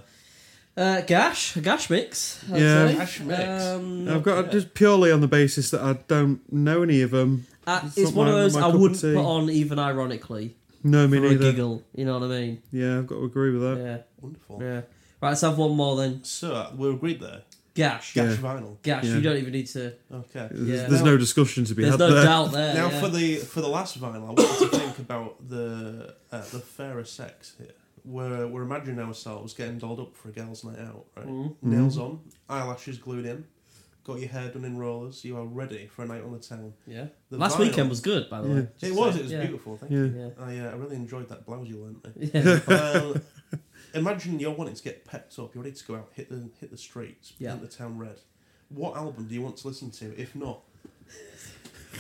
B: Uh, Gash, a Gash mix. I'd
A: Yeah.
B: say.
C: Gash mix.
B: Um,
A: I've got
C: yeah.
A: just purely on the basis that I don't know any of them.
B: uh,
A: it's
B: it's
A: not
B: one of
A: my-
B: those
A: my
B: I
A: cup of
B: wouldn't
A: tea.
B: put on even ironically
A: No, me
B: for a
A: neither.
B: giggle. You know what I mean?
A: Yeah, I've got to agree with that.
B: Yeah,
C: Wonderful.
B: yeah. Right, let's have one more then.
C: So we're agreed there.
B: gash.
C: Gash vinyl.
B: Gash.
A: Yeah.
B: You don't even need to.
C: Okay.
A: There's,
B: Yeah.
A: there's no discussion to be
B: There's
A: had
B: no
A: there.
B: doubt there.
C: Now
B: Uh, yeah.
C: for the for the last vinyl, I wanted to think about the uh, the fairer sex here. We're we're imagining ourselves getting dolled up for a girls' night out, right?
B: Mm-hmm.
C: Nails on, eyelashes glued in, got your hair done in rollers. You are ready for a night on the town.
B: yeah.
C: The
B: Last
C: vinyl-
B: weekend was good, by the way.
C: It was it was
B: Yeah.
C: beautiful. Thank
A: Yeah.
C: you.
B: Yeah.
C: I uh, I really enjoyed that blouse you lent me.
B: Yeah.
C: um, imagine you're wanting to get pepped up. You're ready to go out, hit the hit the streets,
B: Yeah.
C: paint the town red. What album do you want to listen to? If not,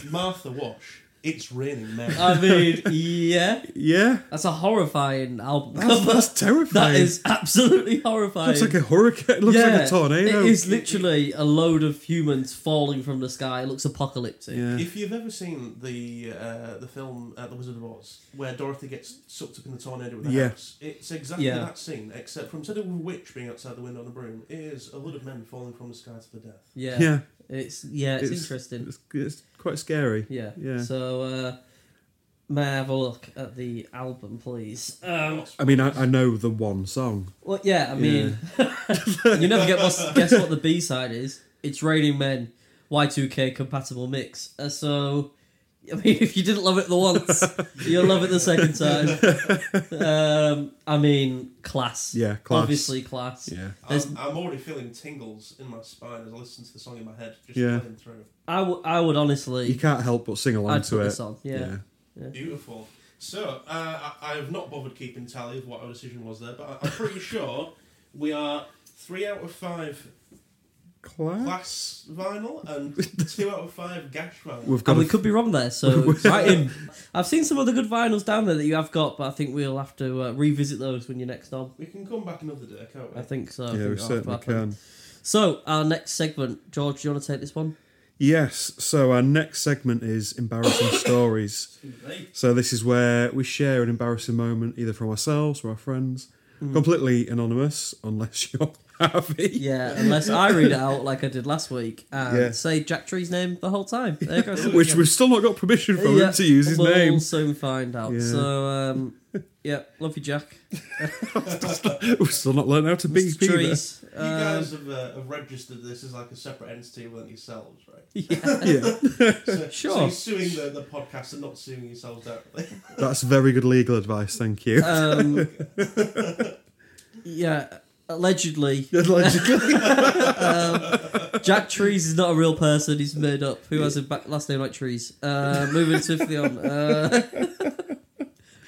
C: Martha Wash. It's raining men.
B: I mean, yeah.
A: Yeah,
B: That's a horrifying album
A: that's,
B: cover.
A: that's terrifying.
B: That is absolutely horrifying.
A: looks like a hurricane. It looks like a tornado.
B: It is literally a load of humans falling from the sky. It looks apocalyptic.
A: Yeah.
C: If you've ever seen the uh, the film uh, The Wizard of Oz, where Dorothy gets sucked up in the tornado with a
A: Yeah.
C: house, it's exactly
B: Yeah.
C: that scene, except for instead of a witch being outside the window on a broom, it is a lot of men falling from the sky to the death.
B: Yeah.
A: Yeah.
B: It's yeah, it's,
A: It's-
B: interesting.
A: It's, it's quite scary.
B: yeah.
A: yeah.
B: So uh may I have a look at the album, please? Um
A: I mean, I, I know the one song.
B: well yeah, I mean you never get what's, guess what the B side is. It's Raining Men Y2K compatible mix. Uh, so I mean if you didn't love it the once, you'll love it the second time. Um I mean class.
A: Yeah, class.
B: Obviously class.
A: Yeah.
B: There's-
C: I'm, I'm already feeling tingles in my spine as I listen to the song in my head, just
A: Yeah.
C: playing through.
B: I, w- I would honestly
A: You can't help but sing along
B: I'd
A: to
B: put
A: it.
B: this on, yeah.
C: Beautiful. So, uh, I, I have not bothered keeping tally of what our decision was there, but I, I'm pretty sure we are three out of five
A: Class.
C: class vinyl and two out of five gash vinyl.
A: We've got
B: And
A: a
B: we could be wrong there, so write in. I've seen some other good vinyls down there that you have got, but I think we'll have to uh, revisit those when you're next on.
C: We can come back another day, can't we?
B: I think so. I
A: yeah,
B: think
A: we
B: that'll
A: certainly
B: happen.
A: can.
B: So, our next segment, George, do you want to take this one?
A: Yes. So our next segment is embarrassing stories. So this is where we share an embarrassing moment, either from ourselves or our friends,
C: Mm.
A: completely anonymous, unless you're Harvey.
B: Yeah, unless I read it out like I did last week and
A: Yeah.
B: say Jack Tree's name the whole time. There you go.
A: Which we've still not got permission from
B: Yeah,
A: him to use his
B: we'll
A: name.
B: soon find out.
A: Yeah.
B: So, um, yeah, love you, Jack.
A: We've still not learned how to be
B: Mr. Trees.
C: You
B: Um,
C: guys have, uh, have registered this as like a separate entity within yourselves, right?
B: yeah,
A: Yeah,
C: So, So
B: Sure.
C: you're suing the, the podcast and not suing yourselves directly.
A: that's very good legal advice. Thank you.
C: Uh,
B: um, yeah, allegedly.
A: Allegedly.
B: Jack Trees is not a real person. He's made up. Who has a back last name like Trees? Uh, moving swiftly on.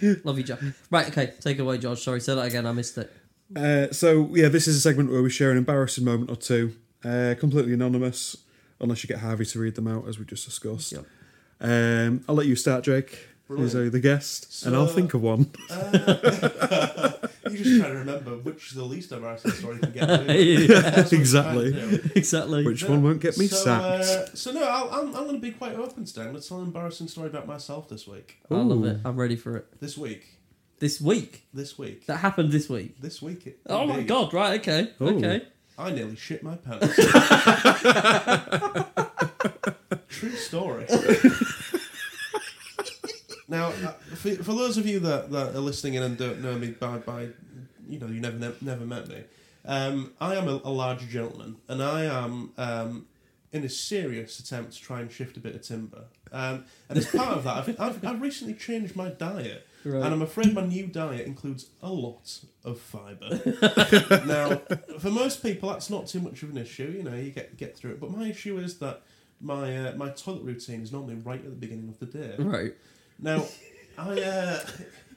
B: Uh, love you, Jack. Right, okay, take it away, George. Sorry, say that again. I missed it.
A: Uh, so yeah, this is a segment where we share an embarrassing moment or two, uh, completely anonymous, unless you get Harvey to read them out, as we just discussed.
B: Yep.
A: Um, I'll let you start, Jake. Who's
C: Brilliant.
A: the guest, and I'll
C: So-
A: think of one.
C: You're just trying to remember which is the least embarrassing story you can get.
B: Yeah.
C: That's what you're trying to
A: Exactly.
C: do.
B: Exactly.
A: Which one won't get me
C: so,
A: sacked?
C: Uh, so no, I'll, I'm, I'm going to be quite open today. I'm going to tell an embarrassing story about myself this week.
B: I love
A: Ooh.
B: it. I'm ready for it.
C: This week.
B: This week.
C: This week.
B: That happened this week.
C: This week. it-
B: Oh my
C: indeed.
B: god, right, okay.
A: Ooh.
B: Okay.
C: I nearly shit my pants. True story. now, uh, for, for those of you that, that are listening in and don't know me by, by you know, you never ne- never met me, um, I am a, a large gentleman, and I am um, in a serious attempt to try and shift a bit of timber. Um, and as part of that, I've, I've, I've recently changed my diet,
B: Right.
C: and I'm afraid my new diet includes a lot of fibre now, for most people, that's not too much of an issue. You know, you get get through it. But my issue is that my uh, my toilet routine is normally right at the beginning of the day.
B: Right.
C: Now, I uh,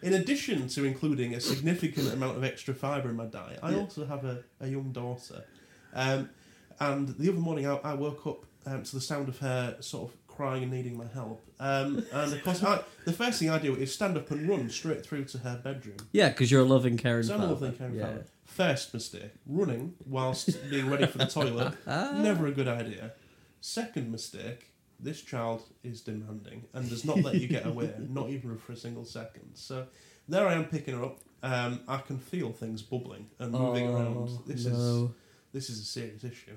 C: in addition to including a significant amount of extra fibre in my diet, I also have a, a young daughter. Um, and the other morning, I, I woke up um, to the sound of her sort of crying and needing my help. Um, and of course, I, the first thing I do is stand up and run straight through to her bedroom.
B: Yeah, because you're a loving, caring
C: So I'm a
B: father.
C: lovely caring
B: yeah.
C: fella. First mistake, running whilst being ready for the toilet.
B: Ah.
C: Never a good idea. Second mistake, this child is demanding and does not let you get away, not even for a single second. So there I am picking her up. Um, I can feel things bubbling and moving around.
B: Oh,
C: This is
B: no.
C: this is a serious issue.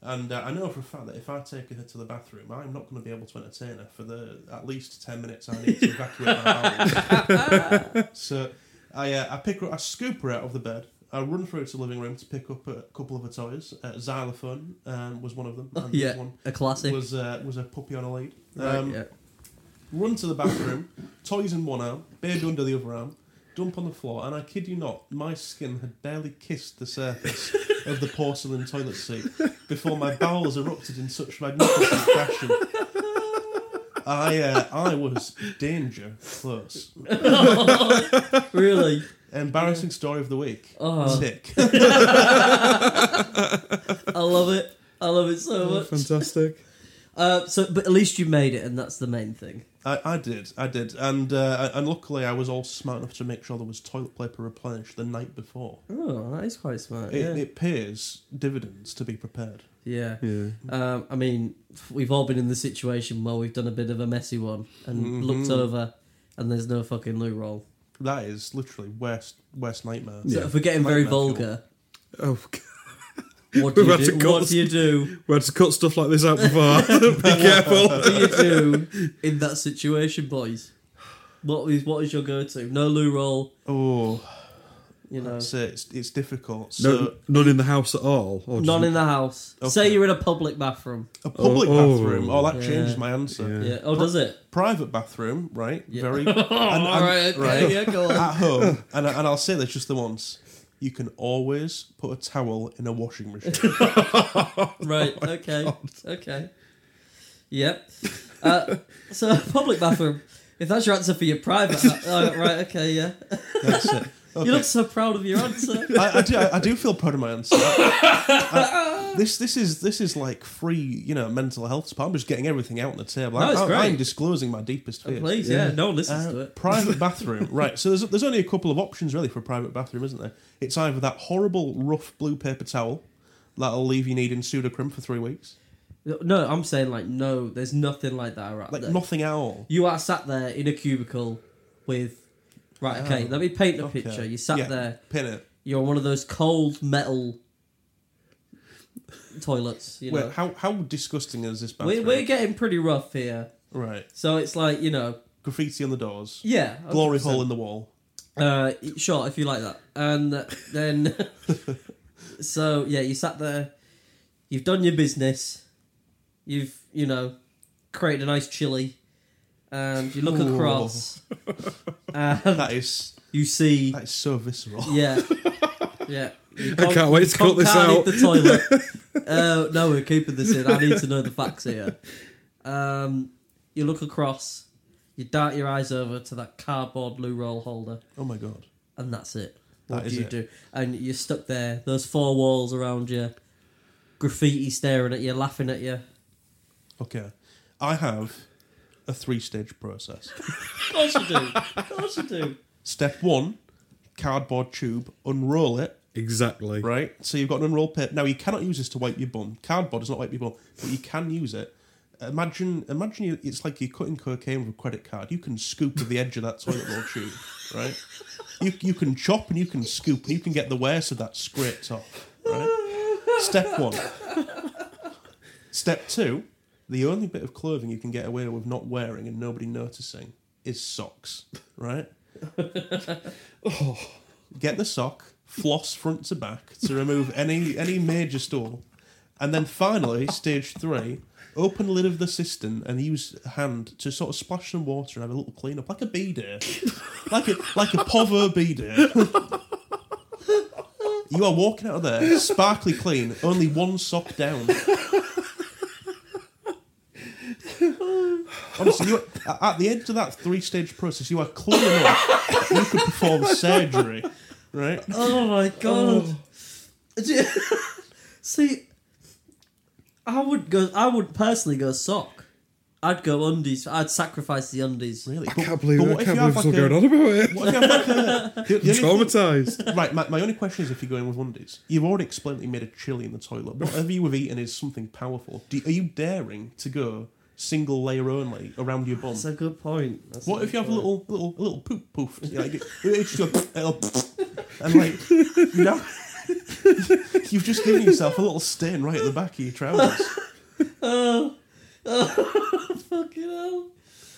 C: And uh, I know for a fact that if I take her to the bathroom, I'm not going to be able to entertain her for the at least ten minutes I need to evacuate my house. so I, uh, I pick her, I scoop her out of the bed, I run through to the living room to pick up a couple of her toys. Uh, xylophone um, was one of them. And the other
B: Oh, yeah,
C: one
B: a classic.
C: was uh, was a puppy on a lead.
B: Right,
C: Um,
B: yeah.
C: Run to the bathroom, toys in one arm, baby under the other arm, dump on the floor, and I kid you not, my skin had barely kissed the surface of the porcelain toilet seat before my bowels erupted in such magnificent fashion. I uh, I was danger close.
B: really?
C: Embarrassing story of the week.
B: Oh.
C: Tick.
B: I love it. I love it so
A: Oh,
B: much.
A: fantastic.
B: Uh, so, but at least you made it, and that's the main thing.
C: I, I did, I did, and uh, and luckily I was all smart enough to make sure there was toilet paper replenished the night before.
B: Oh, that is quite smart.
C: It,
B: yeah.
C: it pays dividends to be prepared.
B: yeah.
A: Yeah.
B: Um, I mean, we've all been in the situation where we've done a bit of a messy one and
C: Mm-hmm.
B: looked over, and there's no fucking loo roll.
C: That is literally worst worst nightmare.
B: So
A: Yeah.
B: if we're getting very
C: Nightmare fuel.
B: vulgar,
A: Oh, God.
B: what do
A: We've
B: you
A: had to
B: do?
A: cut
B: What
A: this-
B: do you do?
A: we had to cut stuff like this out before. Be careful.
B: What do you do in that situation, boys? What is what is your go-to? No loo roll,
C: Oh,
B: you know.
C: that's it. It's, it's difficult. So
A: No, none in the house at all. Or just-
B: None in the house.
C: Okay.
B: Say you're in a public bathroom.
C: a public
A: Oh, oh.
C: bathroom. Oh, that
B: Yeah.
C: changes my answer.
A: Yeah.
B: Yeah. Oh, does it?
C: Private bathroom, right?
B: Yeah.
C: Very.
B: Oh,
C: and-
B: all right, okay,
C: right.
B: yeah, go on.
C: At home, and I- and I'll say this just the once. You can always put a towel in a washing machine.
B: right,
C: Oh
B: okay, okay. Yep. Uh, so, public bathroom. If that's your answer for your private, oh, right? Okay, yeah.
C: That's it. Okay.
B: You look so proud of your answer.
C: I, I do. I, I do feel proud of my answer. I- I- this this is this is like free, you know, mental health. But I'm just getting everything out on the table.
B: No, it's
C: I, I, I'm
B: great. Oh,
C: disclosing my deepest fears.
B: Please, yeah.
A: Yeah.
B: No one listens
C: Uh,
B: to it.
C: private bathroom, right? So there's there's only a couple of options really for a private bathroom, isn't there? It's either that horrible rough blue paper towel that'll leave you needing pseudocrim for three weeks,
B: No, I'm saying like no. There's nothing like that around.
C: like
B: there.
C: nothing at all.
B: you are sat there in a cubicle with. Right. Okay.
C: Oh,
B: let me paint a
C: okay.
B: picture. You sat
C: Yeah,
B: there.
C: Pin it.
B: You're on one of those cold metal toilets. You know.
C: Wait, how how disgusting is this
B: we're,
C: bathroom?
B: we're getting pretty rough here.
C: Right,
B: So it's like you know.
C: graffiti on the doors,
B: Yeah.
C: glory
B: 100%.
C: hole in the wall.
B: Uh, sure, if you like that. And then, so yeah, you sat there, you've done your business, you've you know created a nice chili, and you look
C: Ooh.
B: across, and
C: That is
B: you see,
C: that is so visceral.
B: yeah, yeah. You
A: I can't wait to
B: con-
A: cut this
B: can't
A: out.
B: hit The toilet. uh, no, we're keeping this in. I need to know the facts here. Um, you look across, you dart your eyes over to that cardboard loo roll holder
C: Oh my god.
B: and that's it.
C: That
B: What
C: is
B: do you
C: it.
B: do? And you're stuck there. Those four walls around you, graffiti staring at you, laughing at you.
C: Okay, I have a three-stage process.
B: Of course you do. Of course you do.
C: Step one: cardboard tube, unroll it.
A: Exactly.
C: right? So you've got an unrolled paper. Now you cannot use this to wipe your bum. Cardboard does not wipe your bum, but you can use it. Imagine, imagine you, it's like you're cutting cocaine with a credit card. You can scoop with the edge of that toilet roll tube, right? You, you can chop and you can scoop and you can get the worst of that scraped off, right? Step one. Step two, the only bit of clothing you can get away with not wearing and nobody noticing is socks, right? get the sock, floss front to back to remove any any major stool, and then finally, stage three, open the lid of the cistern and use a hand to sort of splash some water and have a little clean up, like a bee day, like a like a pover bee day. You are walking out of there sparkly clean, only one sock down. Honestly, you are, at the end of that three-stage process, you are clean enough you could perform surgery, right?
B: Oh my god. Do you- See, I would go. I would personally go sock. I'd go undies. I'd sacrifice the undies.
C: Really?
A: I can't believe it. I can't believe it's all going on about it.
C: What if you have like a... The, the only thing-
A: Traumatized.
C: right, my, my only question is if you're going with undies. You've already explained that you made a chili in the toilet. Whatever you have eaten is something powerful. Do, are you daring to go single layer only around your bum?
B: That's a good point. That's
C: What if you have a
B: good point.
C: little little a little poop poof? You know, Like, it, it's just a little and like you know, you've just given yourself a little stain right at the back of your trousers.
B: Oh, oh fucking hell.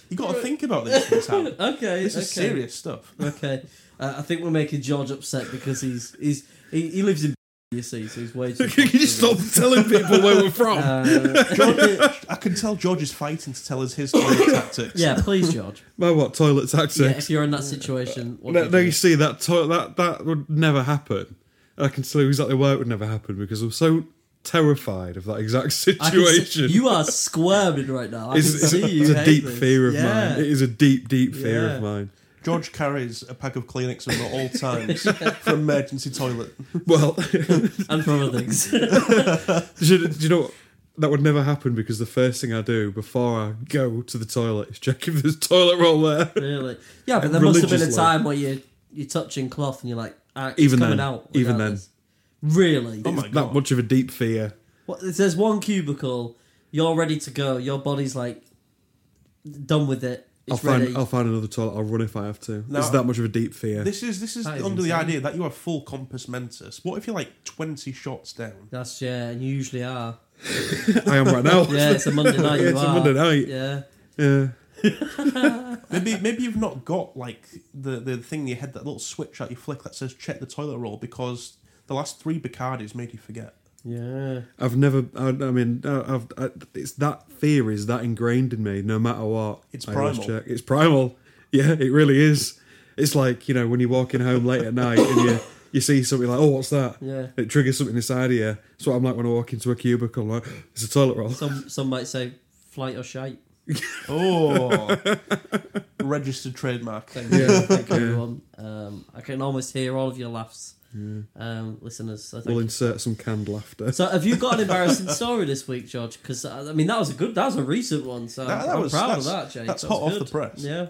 C: You got to think about this. This, Hal.
B: Okay,
C: this is
B: okay.
C: serious stuff.
B: Okay, uh, I think we're making George upset because he's he's He, he lives in you see, so he's way too.
A: Can you stop telling people where we're from?
B: Uh,
C: George, I can tell George is fighting to tell us his toilet tactics.
B: yeah, please, George.
A: My what toilet
B: Yeah,
A: tactics?
B: if you're in that situation, what
A: No,
B: do you
A: no,
B: do?
A: you see that to- that that would never happen. And I can tell you exactly why it would never happen because I'm so terrified of that exact
B: I can see-
A: situation.
B: you are squirming right now. I
A: it's,
B: can
A: it's-
B: see you.
A: it's a
B: hate
A: deep
B: this.
A: fear of
B: yeah.
A: mine. It is a deep, deep fear
B: Yeah.
A: of mine.
C: George carries a pack of Kleenex with him at all times for emergency toilet.
A: Well,
B: and for other things.
A: do, you- do you know what? That would never happen because the first thing I do before I go to the toilet is check if there's toilet roll there.
B: really? Yeah, but there must have been a
A: Religiously.
B: time where you you're touching cloth and you're like, ah, it's
A: Even
B: coming
A: then.
B: out.
A: Even
B: regardless. Really?
C: Oh my
A: that
C: God.
A: much of a deep fear.
B: What, if there's one cubicle. You're ready to go. Your body's like done with it. It's
A: I'll find
B: ready.
A: I'll find another toilet. I'll run if I have to.
C: No.
A: it's that much of a deep fear.
C: This is this is
B: That is
C: under the
B: insane.
C: idea that you are full compass mentis. What if you're like twenty shots down?
B: That's yeah, and you usually are.
A: I am right now.
B: Yeah, it's a Monday night.
A: Yeah,
B: you
A: it's a
B: are.
A: Monday night.
B: Yeah.
A: yeah.
C: Maybe maybe you've not got like the the thing in your head that little switch that you flick that says check the toilet roll because the last three Bacardis made you forget.
B: Yeah.
A: I've never. I, I mean, I- I've, I, it's that fear is that ingrained in me. No matter what,
C: It's
A: I always
C: primal.
A: check. It's primal. Yeah, it really is. It's like you know when you're walking home late at night and you you see something like, oh, what's that?
B: Yeah.
A: It triggers something inside of you. That's what I'm like when I walk into a cubicle. I'm like, it's a toilet roll.
B: Some some might say flight or shite.
C: Oh, registered trademark.
B: Thank you,
A: Yeah.
B: thank you,
A: Yeah.
B: everyone. Um, I can almost hear all of your laughs, um, listeners. So, thank
A: We'll
B: you.
A: insert some canned laughter.
B: so, have you got an embarrassing story this week, George? Because I mean, that was a good, that was a recent one. So
C: That- that
B: I'm
C: was-
B: proud of that,
C: that's-
B: Jake.
C: that's
B: That
C: hot
B: was
C: off the
B: good.
C: press.
B: Yeah,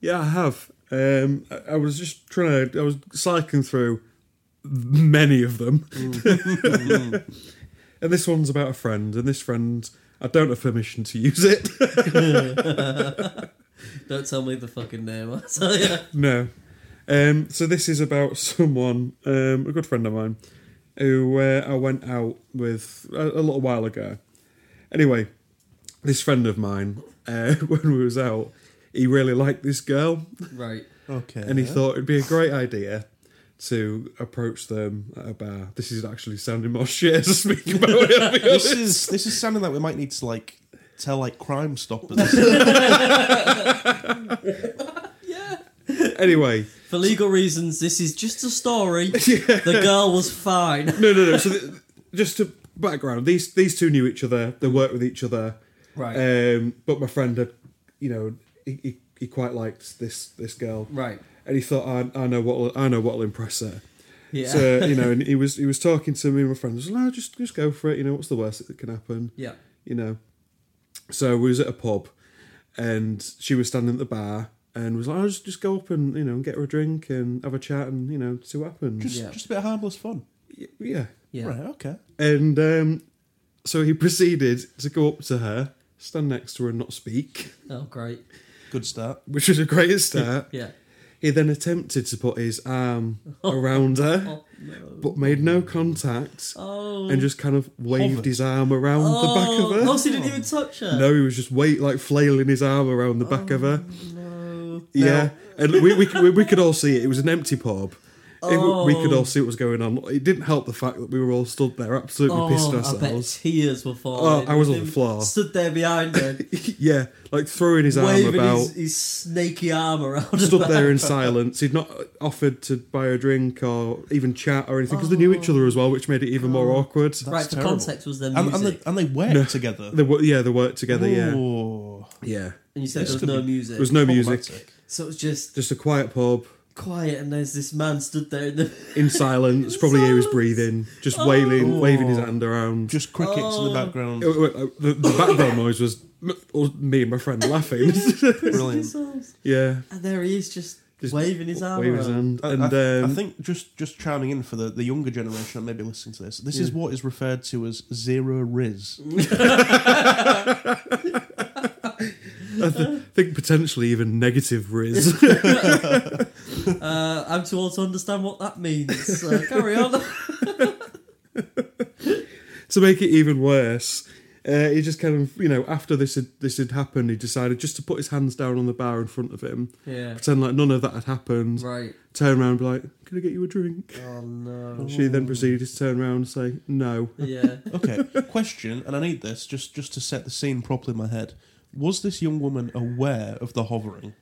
A: Yeah, I have. Um, I, I was just trying to. I was cycling through many of them,
B: Mm.
A: and this one's about a friend. And this friend, I don't have permission to use it.
B: don't tell me the fucking name. so yeah,
A: no. Um, so this is about someone, um, a good friend of mine, who uh, I went out with a, a little while ago. Anyway, this friend of mine, uh, when we was out, he really liked this girl.
B: right.
C: Okay.
A: and he thought it'd be a great idea to approach them at a bar. This is actually sounding more shit as I speak about it. I'll be
C: this
A: honest.
C: is this is sounding like we might need to like tell like Crime Stoppers.
A: Anyway,
B: For legal reasons, this is just a story. The girl was fine.
A: no, no, no. So th- just to background, these these two knew each other. They worked with each other.
B: Right.
A: Um, but my friend had, you know, he, he, he quite liked this this girl.
B: Right.
A: And he thought, I, I know what I know what'll impress her.
B: Yeah.
A: So you know, and he was he was talking to me and my friend was like, no, just just go for it. You know, what's the worst that can happen?
B: Yeah.
A: you know. So we was at a pub, and she was standing at the bar and was like, "I'll just just go up and you know get her a drink and have a chat and you know see what happens."
C: just
B: Yeah.
C: just a bit of harmless fun.
A: Y- yeah.
B: Yeah.
C: Right. Okay.
A: And um, so he proceeded to go up to her, stand next to her, and not speak,
B: Oh, great.
C: Good start.
A: which was a great start.
B: Yeah.
A: He then attempted to put his arm around her,
B: Oh no.
A: but made no contact
B: Oh.
A: and just kind of waved
C: Hovered.
A: his arm around
B: oh,
A: the back of her.
B: oh, so he didn't even touch her.
A: No, he was just wait like flailing his arm around the back of her.
B: Oh, No.
A: Yeah, and we, we, we, we could all see it. It was an empty pub. It- we
B: Oh.
A: could all see what was going on. It didn't help the fact that we were all stood there absolutely pissed
B: Oh, I bet
A: ourselves.
B: tears were falling.
A: Oh, I was on
B: Him
A: the floor.
B: Stood there behind her,
A: yeah, like throwing his arm
B: waving
A: about.
B: his, his snaky arm around.
A: Stood
B: her.
A: there in silence. He'd not offered to buy a drink or even chat or anything because they knew each other as well, which made it even more
B: Oh,
A: awkward.
B: Right,
C: That's
B: for
C: terrible.
B: context was their
C: And, and,
B: music.
C: they, and they work together.
A: They were, yeah, they worked together. Yeah,
C: Oh,
A: yeah.
B: And you said there was
C: could
B: no
C: be-
B: music.
A: There was no music.
C: Problematic.
B: So it was just
A: Just a quiet pub
B: quiet, and there's this man stood there in the.
A: in silence. Probably he was breathing, just wailing, waving his hand around.
C: Oh. Just crickets in the background.
A: It- it- it- The, the background noise was m- was me and my friend laughing.
C: Brilliant.
A: yeah.
B: And there he is, just,
A: Just
B: waving his arm.
A: waving his
B: around.
A: hand.
C: I-
A: And
C: I,
A: um,
C: I think just just chiming in for the, the younger generation that may be listening to this, this is what is referred to as zero riz.
A: I th- think potentially even negative Riz.
B: Uh, I'm too old to understand what that means. So carry on.
A: to make it even worse, Uh, he just kind of, you know, after this had this had happened, he decided just to put his hands down on the bar in front of him,
B: Yeah.
A: pretend like none of that had happened.
B: Right.
A: Turn around, and be like, "Can I get you a drink?"
B: Oh no.
A: She
C: Oh.
A: then proceeded to turn around and say, "No."
B: Yeah.
C: Okay, question, and I need this just just to set the scene properly in my head. Was this young woman aware of the hovering?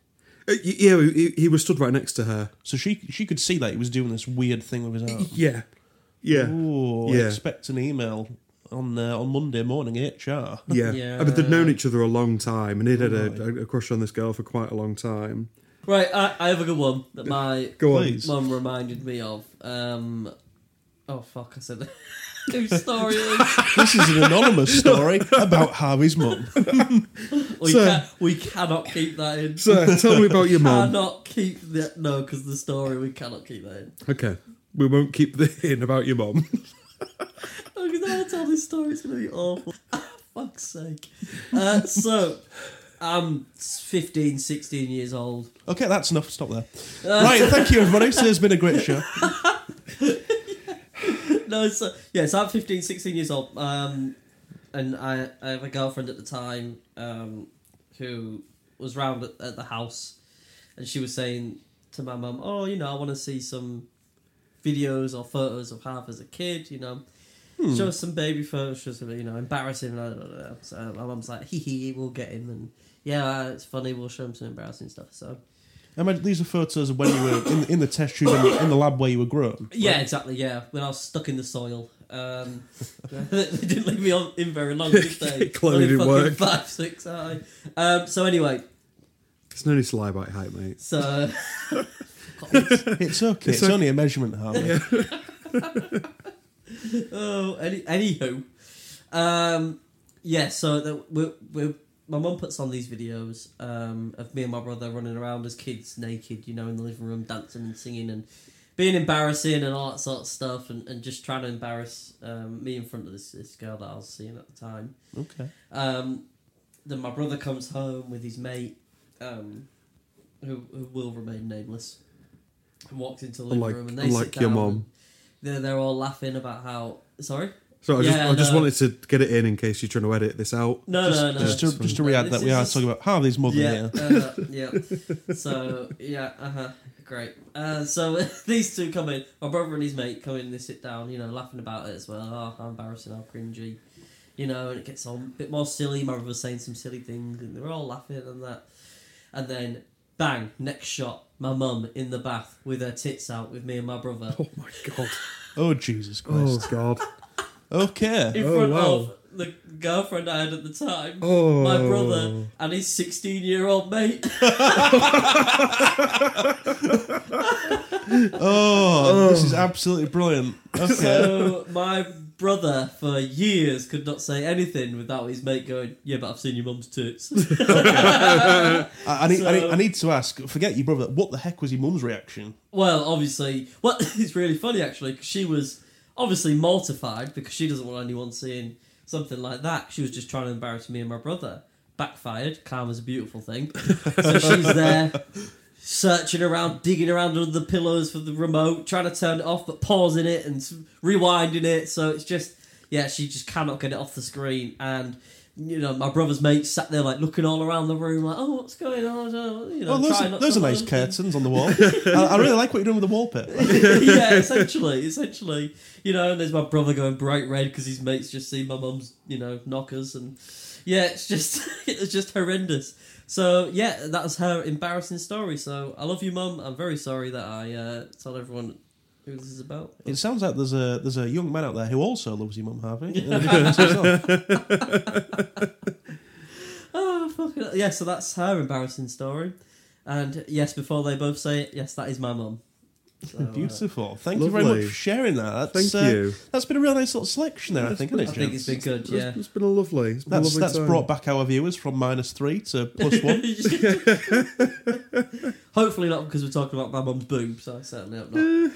A: Uh, y- yeah, he, he was stood right next to her.
C: So she she could see that he was doing this weird thing with his arm.
A: Yeah, yeah,
C: Ooh, I
A: Yeah.
C: expect an email on uh, on Monday morning HR.
A: yeah. Oh,
B: Yeah.
A: I mean, they'd known each other a long time, and he'd had a, a crush on this girl for quite a long time.
B: Right. I, I have a good one that my
A: Go on.
C: Please.
B: mum reminded me of. Um. Oh fuck! I said. Whose story it is?
C: this is an anonymous story about Harvey's mum.
B: We,
A: So-
B: ca- we cannot keep that in.
A: So, tell me about your mom.
B: cannot keep that. No, because the story we cannot keep that in.
A: Okay, we won't keep the in about your mom.
B: Oh, because I'll tell this story. It's gonna be awful. Ah, Fuck's sake. Uh, so, I'm 15, 16 years old.
C: Okay, that's enough. Stop there. Right, thank you, everybody. So it's been a great show.
B: No, so yeah, so I'm 15, 16 years old. Um, and I, I have a girlfriend at the time, um, who was round at, at the house, and she was saying to my mum, "Oh, you know, I want to see some videos or photos of half as a kid, you know." Show us some baby photos, show us some, you know, embarrassing. And I don't know. So my mum's like, hee hee, we'll get him. And yeah, it's funny, we'll show him some embarrassing stuff. So,
C: I mean, these are photos of when you were in, in the test tube in, in the lab where you were grown.
B: Yeah, exactly. Yeah, when I was stuck in the soil, um, they didn't leave me on in very long. Did they?
A: Chloe
B: Only
A: didn't
B: fucking
A: work.
B: Five, six. I. Um, so anyway,
A: There's no need to lie about your height, mate.
B: so
C: It's okay. It's,
A: It's okay.
C: only a measurement, Harvey.
B: oh, any, anywho, um, yeah. So that we're, we're, my mum puts on these videos um, of me and my brother running around as kids, naked, you know, in the living room, dancing and singing and being embarrassing and all that sort of stuff, and, and just trying to embarrass um, me in front of this, this girl that I was seeing at the time.
C: Okay.
B: Um, then my brother comes home with his mate, um, who, who will remain nameless, and walks into the living
A: Unlike-
B: room and they
A: unlike
B: sit
A: your
B: down.
A: mum.
B: and They're, they're all laughing about how. Sorry?
A: So I just,
B: Yeah,
A: I just
B: no.
A: wanted to get it in in case you're trying to edit this out.
B: No,
C: just,
B: no, no.
C: Just to, just to re-add that we are talking about Harvey's mother
B: yeah,
C: here.
B: uh, yeah. So yeah, uh huh. Great. Uh, so these two come in. My brother and his mate come in. They sit down, you know, laughing about it as well. Oh, how embarrassing! How cringy, you know. And it gets on a bit more silly. My brother's saying some silly things, and they're all laughing and that. And then bang, next shot. My mum in the bath with her tits out with me and my brother
A: Oh my god.
C: Oh Jesus
A: Oh
C: Christ.
A: god.
C: Okay.
B: in
A: Oh,
B: front
A: wow.
B: of the girlfriend I had at the time.
A: Oh.
B: My brother and his 16 year old mate.
C: Oh, this is absolutely brilliant. Okay.
B: So my brother for years could not say anything without his mate going, "Yeah, but I've seen your mum's tits."
C: I, I need, I, need,
B: so-
C: I need to ask. Forget your brother. What the heck was your mum's reaction?
B: well, obviously, well, it's really funny actually 'cause she was obviously mortified because she doesn't want anyone seeing something like that. She was just trying to embarrass me and my brother. Backfired. Karma's a beautiful thing. So she's there. Searching around, digging around under the pillows for the remote, trying to turn it off, but pausing it and s- rewinding it. So it's just, yeah, she just cannot get it off the screen. And you know, my brother's mate sat there like looking all around the room, like, "Oh, what's going on?" Oh, You know,
C: Oh, those
B: trying
C: are,
B: not
C: those
B: to
C: are nice
B: look.
C: curtains on the wall. I, I really like what you're doing with the wallpaper.
B: yeah, essentially, essentially, you know. And there's my brother going bright red because his mates just seen my mum's, you know, knockers, and yeah, it's just it's just horrendous. So yeah, that's her embarrassing story. So I love you, mum. I'm very sorry that I uh, tell everyone who this is about.
C: It sounds like there's a there's a young man out there who also loves your mum, Harvey. uh, Yeah.
B: Oh fucking hell. yeah! So that's her embarrassing story. And yes, before they both say it, yes, that is my mum. So, uh,
C: Beautiful. Thank you very much
A: Lovely.
C: for sharing that. That's,
A: Thank
C: uh,
A: you.
C: That's been a real nice little selection there, I think,
B: uh, I
C: isn't it,
B: think it's
C: James?
B: been good. Yeah.
A: It's, it's been a lovely. It's been a
C: That's
A: lovely
C: that's
A: time.
C: brought back our viewers from minus three to plus one.
B: Hopefully not because we're talking about my mum's boob, so I certainly hope not.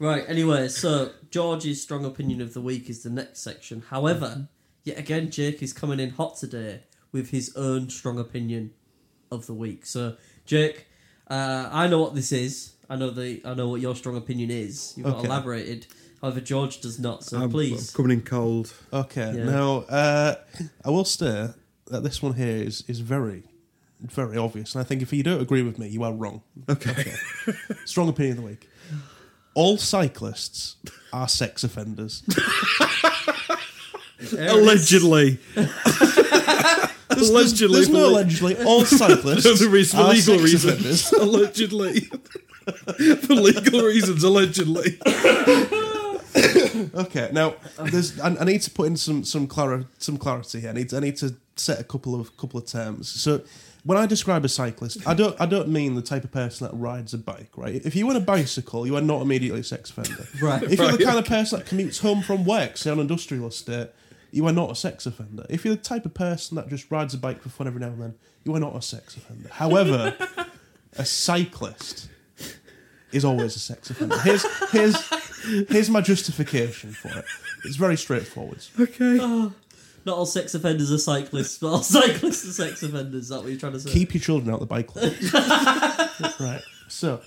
B: right, anyway, so George's strong opinion of the week is the next section.
C: Mm-hmm.
B: However, yet again, Jake is coming in hot today with his own strong opinion of the week. So, Jake, uh, I know what this is. I know the I know what your strong opinion is. You've not
C: Okay.
B: elaborated. However, George does not, so
A: I'm,
B: please.
A: I'm coming in cold.
C: Okay.
B: Yeah.
C: Now, uh, I will state that this one here is, is very, very obvious. And I think if you don't agree with me, you are wrong.
A: Okay.
C: Strong opinion of the week. All cyclists are sex offenders.
B: There it is.
A: Allegedly. Allegedly.
C: There's no
A: for-
C: allegedly. All cyclists
A: No, there is for
C: are
A: legal
C: sex
A: reasons.
C: offenders.
A: allegedly. for legal reasons, allegedly.
C: Okay. Now, there's. I, I need to put in some some clar- some clarity here. I need to, I need to set a couple of couple of terms. So. When I describe a cyclist, I don't I don't mean the type of person that rides a bike, right? If you own a bicycle, you are not immediately a sex offender.
B: Right.
C: If you're the kind of person that commutes home from work, say on an industrial estate, you are not a sex offender. If you're the type of person that just rides a bike for fun every now and then, you are not a sex offender. However, a cyclist is always a sex offender. Here's here's here's my justification for it. It's very straightforward.
A: Okay.
B: Not all sex offenders are cyclists, but all cyclists are sex offenders. Is that what you're trying to say?
C: Keep your children out the bike lane. right. So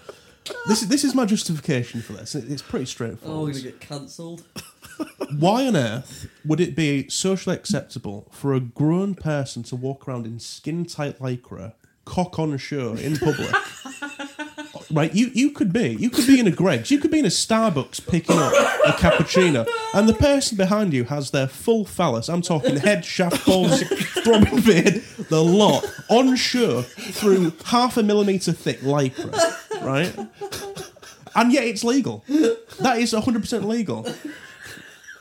C: this is this is my justification for this. It- It's pretty
B: oh, we're
C: straightforward.
B: going to get cancelled.
C: Why on earth would it be socially acceptable for a grown person to walk around in skin tight lycra, cock on show in public? right, you, you could be. You could be in a Greg's, you could be in a Starbucks picking up a cappuccino, and the person behind you has their full phallus. I'm talking head, shaft, balls, throbbing beard, the lot, on show through half a millimetre thick lycra, right? And yet it's legal. That is 100% legal.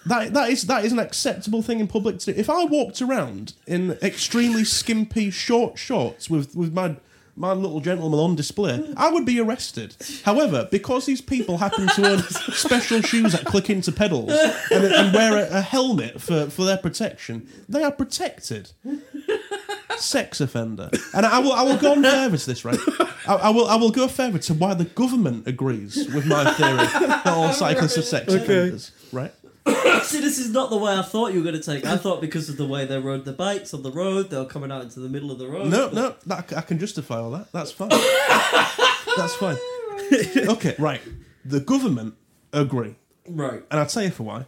C: That that is that is an acceptable thing in public to do. If I walked around in extremely skimpy short shorts with with my my little gentleman on display, I would be arrested. However, because these people happen to own special shoes that click into pedals and, and wear a, a helmet for, for their protection, they are protected. Sex offender, and I will I will go on further to this, right? I, I will I will go further to why the government agrees with my theory that all cyclists are sex offenders, right?
B: See, this is not the way I thought you were going to take. it. I thought because of the way they rode their bikes on the road, they were coming out into the middle of the road.
C: No, no, that, I can justify all that. That's fine. That's fine. okay, right. The government agree,
B: Right.
C: and I'll tell you for why.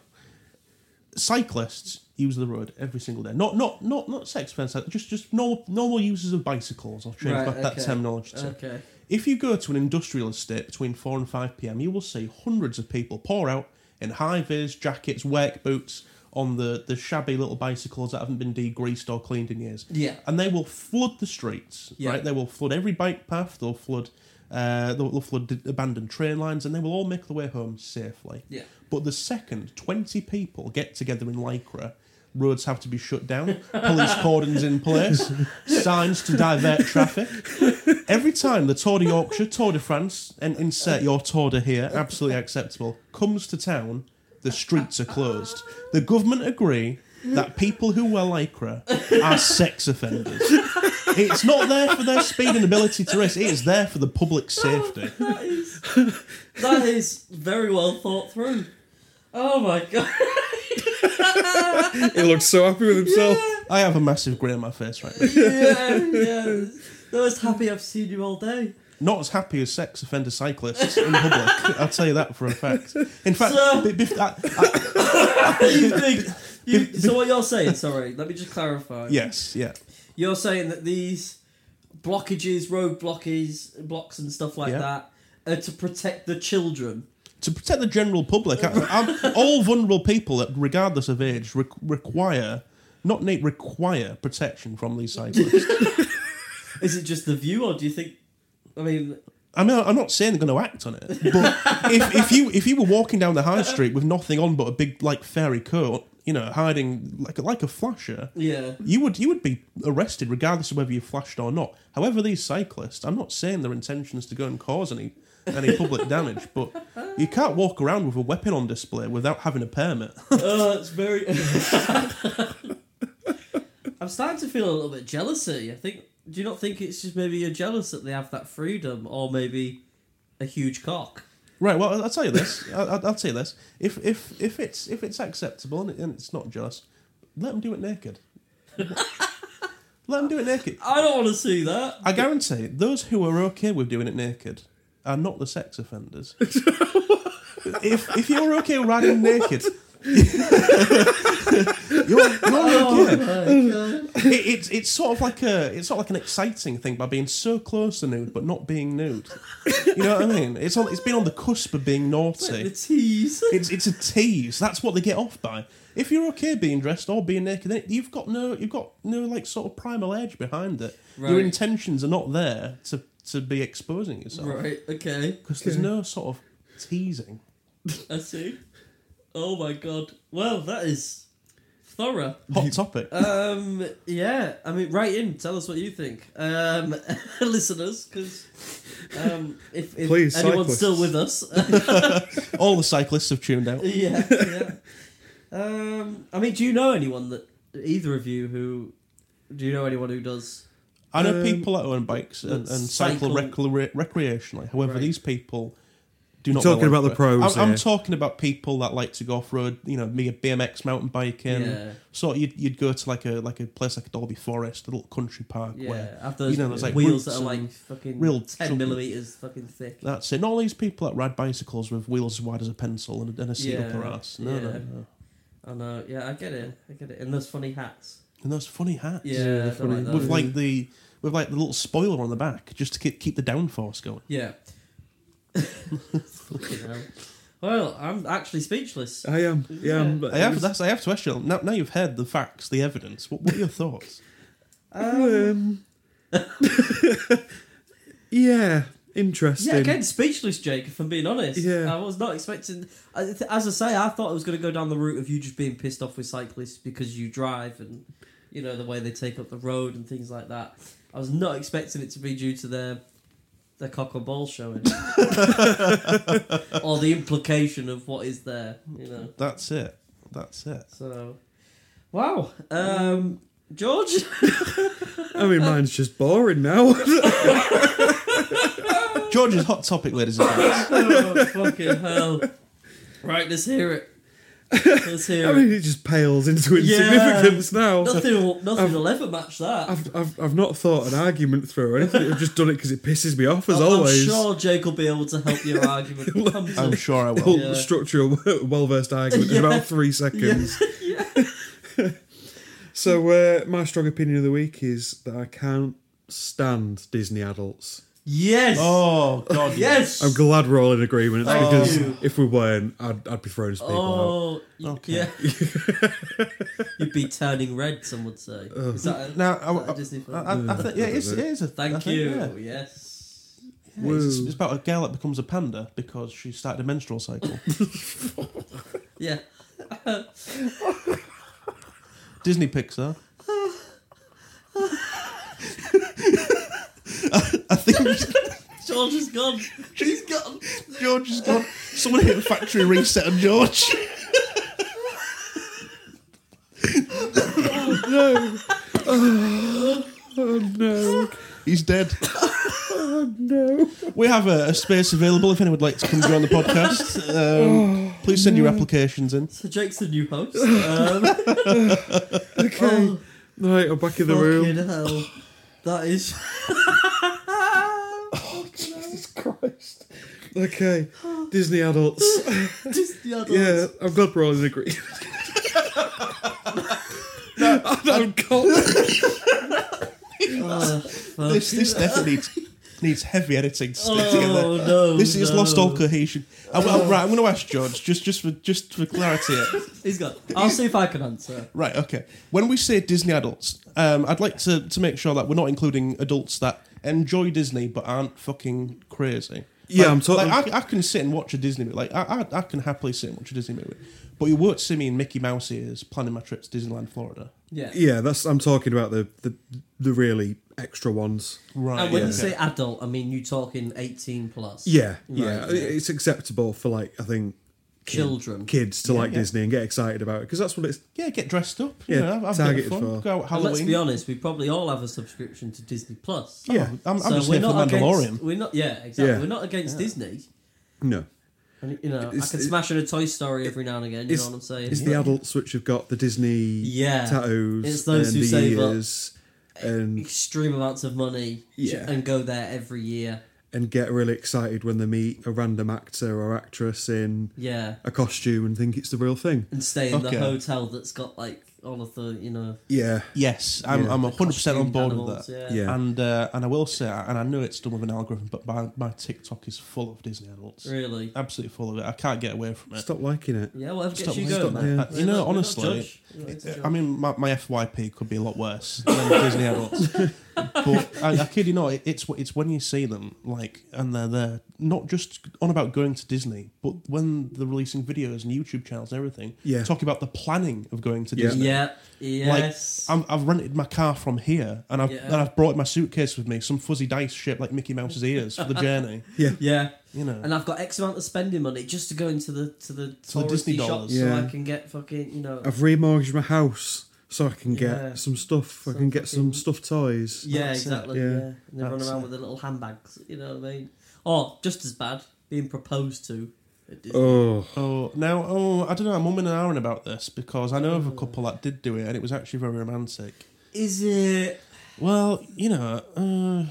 C: Cyclists use the road every single day. Not, not, not, not sex offenders. Just, just normal, normal users of bicycles. I'll change
B: Right,
C: that, that
B: okay.
C: terminology. To.
B: Okay.
C: If you go to an industrial estate between four and five pm, you will see hundreds of people pour out in high vis jackets, work boots, on the, the shabby little bicycles that haven't been degreased or cleaned in years.
B: Yeah.
C: And they will flood the streets,
B: Yeah.
C: right? They will flood every bike path, they'll flood uh, they'll, they'll flood d- abandoned train lines, and they will all make their way home safely.
B: Yeah.
C: But the second 20 people get together in Lycra, roads have to be shut down, police cordons in place, signs to divert traffic. Every time the Tour de Yorkshire, Tour de France, and insert your Tour de here, absolutely acceptable, comes to town, the streets are closed. The government agree that people who wear lycra are sex offenders. It's not there for their speed and ability to race, it is there for the public safety.
B: That is that is very well thought through. Oh my god.
A: He looks so happy with himself.
C: I have a massive grin on my face right now.
B: Yeah, yeah. The most happy I've seen you all day.
C: Not as happy as sex offender cyclists in public, I'll tell you that for a fact. In fact,
B: Sir.
C: be- be- I- I-
B: You think- you- so what you're saying? Sorry, let me just clarify.
C: yes, yeah.
B: You're saying that these blockages, road blockages, blocks, and stuff like
C: Yeah.
B: that are to protect the children.
C: to protect the general public, I, I'm, all vulnerable people, regardless of age, re- require not need require protection from these cyclists.
B: Is it just the view, or do you think? I mean,
C: I mean, I'm not saying they're going to act on it, but if, if you if you were walking down the high street with nothing on but a big like fairy coat, you know, hiding like like a flasher,
B: yeah.
C: you would you would be arrested regardless of whether you flashed or not. However, these cyclists, I'm not saying their intention is to go and cause any any public damage, but you can't walk around with a weapon on display without having a permit.
B: Oh, it's very. I'm starting to feel a little bit jealousy. I think. Do you not think it's just maybe you're jealous that they have that freedom, or maybe a huge cock?
C: Right. Well, I'll tell you this. I'll, I'll- I'll tell you this. If if if it's if it's acceptable and, it, and it's not jealous, let them do it naked. let them do it naked.
B: I don't want to see that.
C: I guarantee those who are okay with doing it naked are not the sex offenders. if if you're okay riding naked, you're, you're
B: Oh.
C: okay. It, it's it's sort of like a it's sort of like an exciting thing by being so close to nude but not being nude. You know what I mean? It's on it's been on the cusp of being
B: the
C: naughty.
B: tease.
C: It's it's a tease. That's what they get off by. If you're okay being dressed or being naked, then you've got no you've got no like sort of primal edge behind it. Your
B: Right.
C: intentions are not there to to be exposing yourself
B: Right, okay.
C: because there's no sort of teasing.
B: I see. Oh my god. Well, that is thorough.
C: Hot topic.
B: Um, yeah, I mean, write in, tell us what you think, um, listeners, because um, if, if
A: Please,
B: anyone's
A: cyclists.
B: still with us,
C: All the cyclists have tuned out.
B: yeah, yeah. Um, I mean, do you know anyone that either of you who do you know anyone who does?
C: I know
A: Um,
C: people that own bikes and, and cycle,
B: cycle-
C: recre- recreationally. However,
B: Right.
C: these people do
A: You're
C: not.
A: talking
C: go
A: about the
C: off road.
A: pros
C: I'm, I'm
A: here.
C: talking about people that like to go off road. You know, me a BMX mountain biking.
B: Yeah.
C: So you'd, you'd go to like a like a place like Dolby Forest, a little country park
B: Yeah,
C: where
B: after those
C: you know, there's like roots
B: wheels that are like
C: and
B: fucking
C: real
B: ten
C: something.
B: millimeters, fucking thick.
C: that's it. And all these people that ride bicycles with wheels as wide as a pencil and a, and a seat up
B: Yeah,
C: their ass. No, no,
B: yeah.
C: no.
B: I know. Yeah, I get it. I get it. And those funny hats.
C: And those funny hats.
B: Yeah, I don't like those.
C: with like the with like the little spoiler on the back just to keep, keep the downforce going.
B: Yeah. Fucking hell. Well, I'm actually speechless.
A: I am. Yeah, I'm,
C: I have that's I have to ask you now. Now you've heard the facts, the evidence. What, what are your thoughts?
A: Um, yeah, interesting.
B: Um. Yeah, again, speechless, Jake. If I'm being honest,
A: Yeah.
B: I was not expecting. I th- As I say, I thought it was going to go down the route of you just being pissed off with cyclists because you drive and you know the way they take up the road and things like that. I was not expecting it to be due to their their cock and ball showing, or the implication of what is there. You know,
C: That's it. That's it.
B: so wow, um, George.
A: I mean, mine's just boring now.
C: George's hot topic, ladies and gentlemen.
B: oh, fucking hell. Right, let's hear it. Let's hear
A: I
B: it.
A: mean, it just pales into
B: Yeah.
A: insignificance now.
B: Nothing will, nothing will ever match that.
A: I've, I've, I've not thought an argument through or anything. I've just done it because it pisses me off, as
B: Oh, I'm-
A: always.
B: I'm sure Jake will be able to help your argument. come to
C: I'm
B: it.
C: sure I
A: The whole
C: will.
B: Yeah.
A: structural, well versed argument
B: Yeah.
A: in about three seconds. so, uh, my strong opinion of the week is that I can't stand Disney adults.
B: Yes.
C: Oh God,
B: yes.
A: I'm glad we're all in agreement
B: Thank
A: because
B: you.
A: if we weren't, I'd, I'd be throwing people out.
B: Oh, you-
C: Okay.
B: yeah. You'd be turning red, some would say. Is that a,
C: Now, I,
B: is that a
C: I,
B: Disney film?
C: I, I, I think yeah, it's, it is a
B: Thank
C: I think,
B: you.
C: yeah.
B: Yes.
C: Yeah, it's,
A: Woo.
C: it's about a girl that becomes a panda because she started a menstrual cycle.
B: Yeah.
C: Disney Pixar. I, I think
B: George is gone. He's gone.
C: George has gone. Someone hit a factory reset on George.
A: No. Oh, no.
C: He's dead.
A: Oh, no.
C: We have a, a space available if anyone would like to come join the podcast. Um, please send your applications in.
B: So Jake's the new host. Um,
A: Okay.
B: oh.
A: Right, I'm back in the room.
B: Fucking hell. That is.
A: Jesus Christ. Okay. Disney adults.
B: Just the adults.
A: Yeah, I'm glad we're all in agreement. no, I don't call
B: Oh, fuck.
C: This this definitely needs, needs heavy editing to stick together.
B: oh no.
C: This is
B: no.
C: lost all cohesion. I, I, right, I'm going to ask George just just for just for clarity. Here.
B: He's gone. I'll see if I can answer.
C: Right, okay. When we say Disney adults, um, I'd like to, to make sure that we're not including adults that enjoy Disney but aren't fucking crazy.
A: Yeah,
C: Like-
A: I'm talking-
C: Like, I, I can sit and watch a Disney movie. Like, I, I, I can happily sit and watch a Disney movie. But you won't see me in Mickey Mouse ears planning my trip to Disneyland, Florida.
B: Yeah.
A: Yeah, that's I'm talking about the the, the really extra ones.
C: Right.
B: And when
C: yeah.
B: you say adult, I mean you talking eighteen plus.
A: Yeah, yeah.
B: Right,
A: I- It's acceptable for like I think kid-
B: Children.
A: kids to like
C: yeah.
A: Disney and get excited about it because that's what it's
C: Yeah, get dressed up. You
A: Yeah,
C: know, have, have a bit
A: targeted
C: of fun.
A: for-
C: Go out
B: And let's
C: Halloween.
B: be honest, we probably all have a subscription to Disney Plus.
C: Oh,
A: Yeah.
C: I'm, I'm just here for the
B: Against,
C: Mandalorian.
B: we're not. Yeah, exactly.
A: Yeah.
B: We're not against Disney.
A: no.
B: And, you know, I
A: It's-
B: can
A: it-
B: smash in a Toy Story every now and again. You know what I'm saying?
A: It's the adults which have got the Disney
B: Yeah.
A: tattoos
B: It's those
A: and
B: who
A: the
B: save up.
A: ears and
B: extreme amounts of money
A: Yeah.
B: and go there every year.
A: and get really excited when they meet a random actor or actress in
B: Yeah.
A: a costume and think it's the real thing.
B: And stay in
C: Okay.
B: the hotel that's got like all of the, you know.
A: Yeah.
C: Yes, I'm,
A: Yeah.
C: I'm 100% on board with
B: animals,
C: that.
A: Yeah.
C: And uh, and I will say, and I know it's done with an algorithm, but my, my TikTok is full of Disney adults.
B: Really.
C: Absolutely full of it. I can't get away from it.
A: Stop liking it.
B: Yeah, whatever
C: Stop-
B: gets you
C: stop-
B: going, man.
C: yeah.
B: We're
C: You know,
B: not- we're not
C: honestly,
B: judge. We're not to judge.
C: I mean, my, my FYP could be a lot worse than Disney adults. but I, I kid you not, it, it's it's when you see them like, and they're there, not just on about going to Disney, but when they're releasing videos and YouTube channels and everything,
A: Yeah.
C: talking about the planning of going to
A: Yeah.
C: Disney.
B: yeah. Yes.
C: Like, I'm, I've rented my car from here, and I've
B: Yeah.
C: and I've brought my suitcase with me, some fuzzy dice shaped like Mickey Mouse's ears for the journey.
B: yeah.
C: You know,
B: And I've got X amount of spending money just to go into the to the
C: the
B: touristy
C: Disney
B: shops
C: dollars.
A: Yeah.
B: so I can get fucking you know.
A: I've remortgaged my house so I can get
B: Yeah.
A: some stuff. I
B: Some
A: can get some
B: fucking-
A: stuffed toys.
B: yeah,
C: That's it,
B: exactly.
A: yeah.
B: Yeah. And they run
C: That's
B: around
C: it.
B: with their little handbags. You know what I mean? Or just as bad, being proposed to. at Disney.
A: Oh,
C: Oh, now, oh, I don't know. I'm umming and ahhing about this because I know of a couple that did do it, and it was actually very romantic.
B: Is it?
C: Well, you know, uh,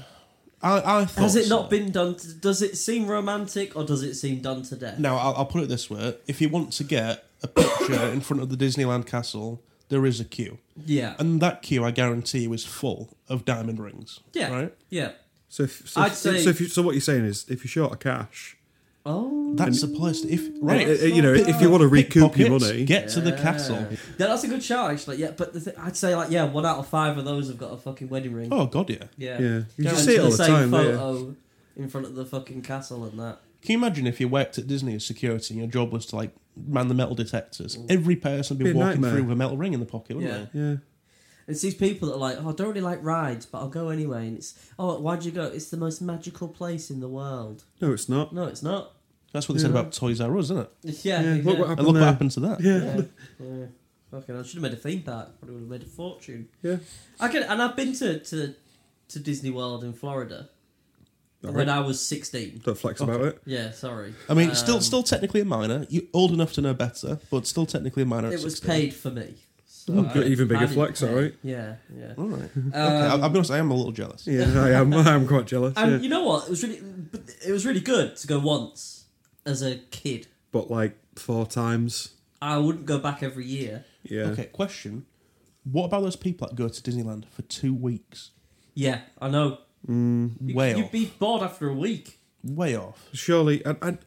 C: I, I thought.
B: Has it
C: so.
B: not been done? To, does it seem romantic or does it seem done to death?
C: Now, I'll, I'll put it this way: if you want to get a picture in front of the Disneyland castle, there is a queue,
B: Yeah.
C: and that queue, I guarantee you, is full of diamond rings.
B: Yeah.
C: right.
B: Yeah.
A: so if, so,
B: I'd
A: if-
B: say-
A: so, if you, so what you're saying is, if you're short of cash,
B: Oh.
C: That's the place. to- If right,
A: uh, uh, you know, if you want to recoup your
C: Pickpockets,
A: money,
C: get to the
B: Yeah.
C: castle.
B: Yeah, that's a good shout actually. Yeah, but the th- I'd say like yeah, one out of five of those have got a fucking wedding ring.
C: Oh God, yeah.
B: Yeah.
A: yeah, you
C: Yeah,
A: just
B: And
A: see it
B: to
A: all
B: the
A: the
B: same
A: time. Yeah.
B: photo in front of the fucking castle and that.
C: Can you imagine if you worked at Disney as security and your job was to like man the metal detectors? Every person would be,
A: Mm. Be a
C: walking
A: nightmare.
C: through with a metal ring in the pocket, wouldn't
B: Yeah.
C: they?
A: yeah,
B: It's these people that are like, oh, I don't really like rides, but I'll go anyway. And it's, oh, why'd you go? It's the most magical place in the world.
A: no, it's not.
B: No, it's not.
C: That's what they said about Toys R Us, isn't it?
B: Yeah.
A: Yeah, look what
B: yeah.
A: happened.
C: And look
A: there.
C: what happened to that.
A: Yeah,
B: yeah. yeah. Fucking, I should have made a theme park. Probably would have made a fortune.
A: yeah.
B: I can, and I've been to to, to Disney World in Florida when
A: Alright.
B: I was sixteen.
A: Don't flex about it.
B: Yeah, sorry.
C: I mean,
B: Um,
C: still, still technically a minor. You old enough to know better, but still technically a minor. at
B: it was
C: 16.
B: paid for me. So
A: Mm,
B: I-
A: even bigger
B: I didn't
A: flex,
B: pay.
A: alright.
B: Yeah, yeah.
C: All right. okay,
B: Um,
C: I'll, I'll be honest. I am a little jealous.
A: Yeah, I am. I am quite jealous.
B: And
A: yeah.
B: Um, you know what? It was really, but it was really good to go once as a kid.
A: But like four times.
B: I wouldn't go back every year.
A: Yeah.
C: Okay. Question: What about those people that go to Disneyland for two weeks?
B: Yeah, I know.
A: Mm,
B: You,
C: way
B: you'd
C: off.
B: be bored after a week.
C: Way off.
A: Surely, I, I,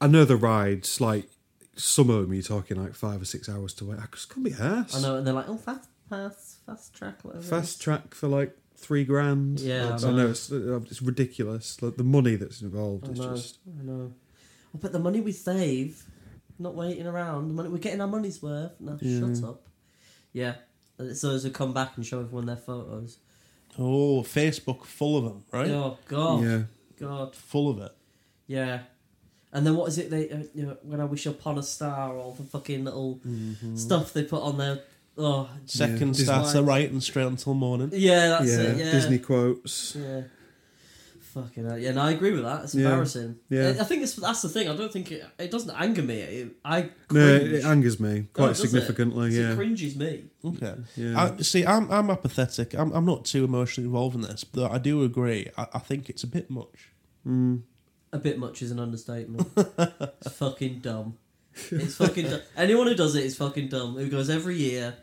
A: I know the rides. Like some of them, you're talking like five or six hours to wait. I just can't be arsed.
B: I know, and they're like, oh, fast pass, fast track, whatever. it
A: Fast track for like three grand.
B: Yeah,
A: I,
B: I
A: know.
B: know.
A: it's uh, it's ridiculous. Like the money that's involved
B: is.
A: is
B: I know,
A: just
B: I know. Oh, but the money we save, not waiting around, the money, we're getting our money's worth. Now shut up. Yeah. And So as we come back and show everyone their photos.
C: Oh, Facebook full of them, right?
B: Oh God,
A: yeah.
B: God,
C: Full of it.
B: yeah. And then what is it they uh, you know, when I wish upon a star all the fucking little
A: Mm-hmm.
B: stuff they put on there. Oh,
C: Second
A: Disney-
C: starter right and straight until morning.
B: yeah, that's
A: yeah,
B: it. Yeah,
A: Disney quotes.
B: Yeah. Fucking hell. Yeah, and I agree with that. It's
A: Yeah.
B: embarrassing.
A: Yeah.
B: I, I think it's, that's the thing. I don't think it, it doesn't anger me. It, I cringe.
A: No, it, it angers me
B: Oh,
A: quite
B: does it?
A: significantly.
B: So
A: Yeah,
B: It cringes me.
C: Okay.
A: yeah.
C: I, see, I'm I'm apathetic. I'm I'm not too emotionally involved in this, but I do agree. I, I think it's a bit much.
B: A bit much is an understatement. it's fucking dumb. It's fucking dumb. Anyone who does it is fucking dumb. Who goes every year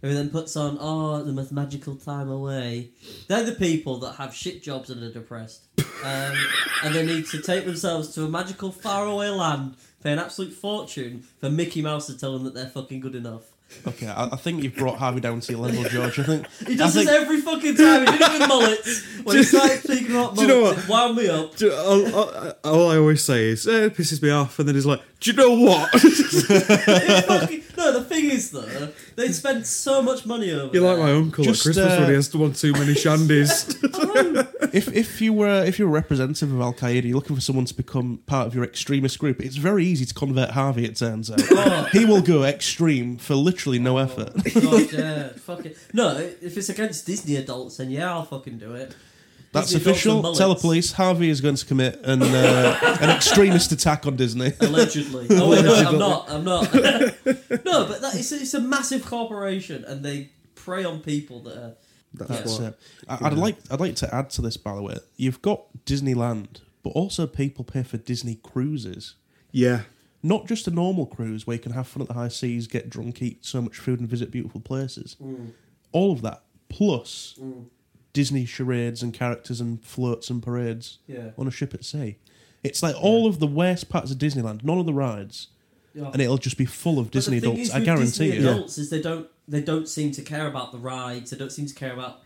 B: and then puts on, oh, the most magical time away. They're the people that have shit jobs and are depressed. Um, and they need to take themselves to a magical faraway land, pay an absolute fortune for Mickey Mouse to tell them that they're fucking good enough.
C: Okay, I, I think you've brought Harvey down to your level, George. I think
B: He does
C: I
B: this
C: think,
B: every fucking time. He did it with mullets. When he started thinking about
A: Do you know
B: mullets, it wound me up.
A: Do- All, all- all I always say is eh, it pisses me off, and then he's like, "Do you know what?
B: It fucking- no, the thing is though, they spend so much money over.
A: You're like
B: there.
A: my uncle
C: Just,
A: at Christmas
C: uh,
A: when he has one too many shandies."
C: if if you were if you're a representative of Al Qaeda, you're looking for someone to become part of your extremist group. It's very easy to convert Harvey. It turns out
B: Oh.
C: he will go extreme for literally no effort.
B: God, yeah, fucking. No, if it's against Disney adults, then yeah, I'll fucking do it.
C: That's
B: Disney adults and
C: official.
B: mullets,
C: Tell the police Harvey is going to commit an uh, an extremist attack on Disney.
B: Allegedly. Oh, wait, no, I'm not. I'm not. no, but that, it's, it's a massive corporation and they prey on people that are.
A: That's
C: That's
A: what.
C: uh, it. I, I'd like I'd like to add to this by the way. You've got Disneyland but also people pay for Disney cruises.
A: Yeah.
C: Not just a normal cruise where you can have fun at the high seas, get drunk, eat so much food, and visit beautiful places.
B: Mm.
C: All of that, plus Disney charades and characters and floats and parades
B: Yeah.
C: on a ship at sea. It's like all of the worst parts of Disneyland, none of the rides,
B: Yeah.
C: and it'll just be full of Disney
B: but the thing
C: adults.
B: Is
C: I
B: with
C: guarantee
B: Disney
C: you.
B: adults is they don't they don't seem to care about the rides. They don't seem to care about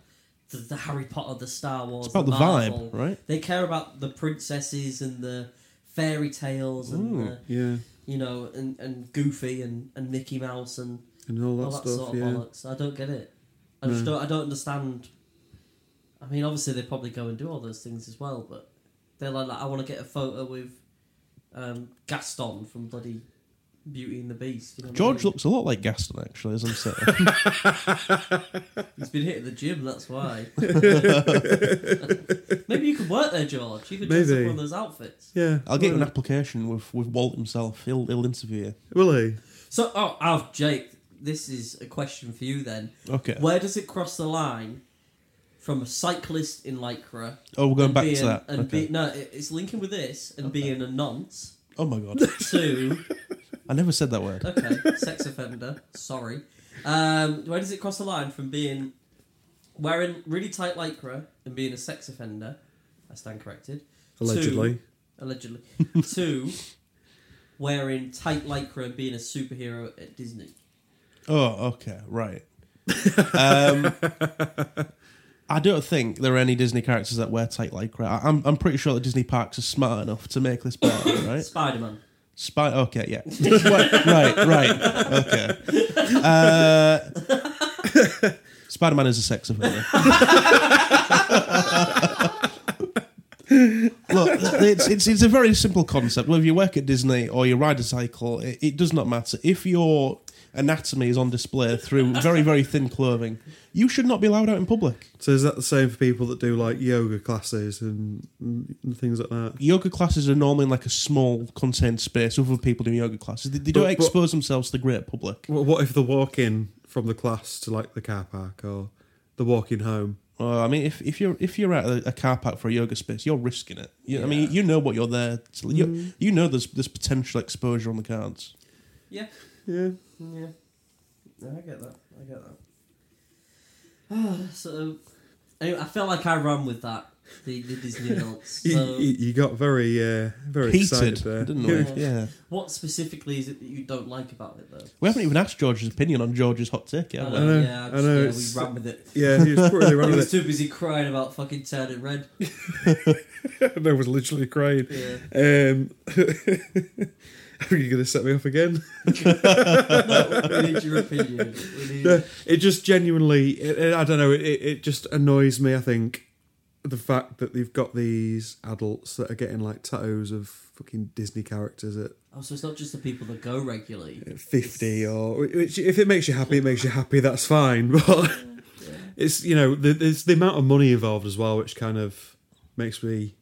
B: the, the Harry Potter, the Star Wars.
C: It's about the vibe,
B: Marvel.
C: right?
B: They care about the princesses and the fairy tales and
C: Hmm.
B: the,
A: Yeah.
B: you know and, and Goofy and, and Mickey Mouse and
A: And all that
B: all that
A: stuff.
B: sort of
A: yeah.
B: bollocks. I don't get it. I just don't. I don't understand. I mean, obviously they probably go and do all those things as well, but they're like, like, I want to get a photo with um, Gaston from bloody Beauty and the Beast. You know what I
C: George
B: mean?
C: looks a lot like Gaston, actually, as I'm saying.
B: He's been hitting the gym, that's why. Maybe you could work there, George. You could dress up
A: Maybe.
B: one of those outfits.
A: Yeah.
C: I'll get you an application with, with Walt himself. He'll, he'll interview
A: Will he?
B: So, oh, oh, Jake, this is a question for you then.
C: you. Okay.
B: Where does it cross the line from a cyclist in Lycra?
C: oh, we're going
B: and
C: back
B: being-
C: to that.
B: And
C: Okay.
B: be, no, it- it's linking with this and being a nonce
C: oh my god.
B: to
C: I never said that word.
B: okay, sex offender. Sorry. Um, where does it cross the line from being wearing really tight lycra and being a sex offender? I stand corrected. to-
A: Allegedly.
B: allegedly. to wearing tight lycra and being a superhero at Disney.
C: Oh, okay, right. um, I don't think there are any Disney characters that wear tight lycra. I, I'm, I'm pretty sure that Disney parks are smart enough to make this better, right?
B: Spider Man.
C: Spy. Okay, yeah. Wait, right, right. Okay. Uh, Spider Man is a sex offender. Look, it's, it's it's a very simple concept. Whether you work at Disney or you ride a cycle, it, it does not matter. If your anatomy is on display through very very thin clothing, you should not be allowed out in public.
A: So is that the same for people that do like yoga classes and, and things like that?
C: Yoga classes are normally in like a small contained space with other people doing yoga classes. They, they don't
A: But- but-
C: expose themselves to the great public.
A: What, what if they're walking from the class to like the car park or they're walking home?
C: Well, I mean, if, if you're if you're at a, a car park for a yoga space, you're risking it. You, I mean, you know what you're there. To, you,
A: Mm.
C: you know there's there's potential exposure on the cards.
B: Yeah.
A: Yeah.
B: Yeah. No, I get that. I get that. Ah, so, anyway, I felt like I ran with that. The, the Disney adults.
A: You,
B: So,
A: you- you got very, uh, very
C: Heated,
A: excited there.
C: didn't
A: Yeah.
C: we?
B: Yeah.
C: Yeah.
B: what specifically is it that you don't like about it, though?
C: We haven't even asked George's opinion on George's hot take,
B: I
C: have we?
A: know,
B: know, yeah, I
A: I
B: just,
A: know,
B: yeah,
A: it's-
B: we ran with it.
A: Yeah, he was pretty
B: He
A: around
B: was
A: with
B: too busy crying about fucking turning red.
A: it. I was literally crying.
B: Yeah.
A: Um, I think you're going to set me off again.
B: no, we need your opinion. We need...
A: No, it just genuinely, it, it- I don't know, it, it it just annoys me, I think, the fact that they've got these adults that are getting like tattoos of fucking Disney characters at
B: Oh, so it's not just the people that go regularly.
A: 50 or which, if it makes you happy it makes you happy that's fine but it's you know the, there's the amount of money involved as well which kind of makes me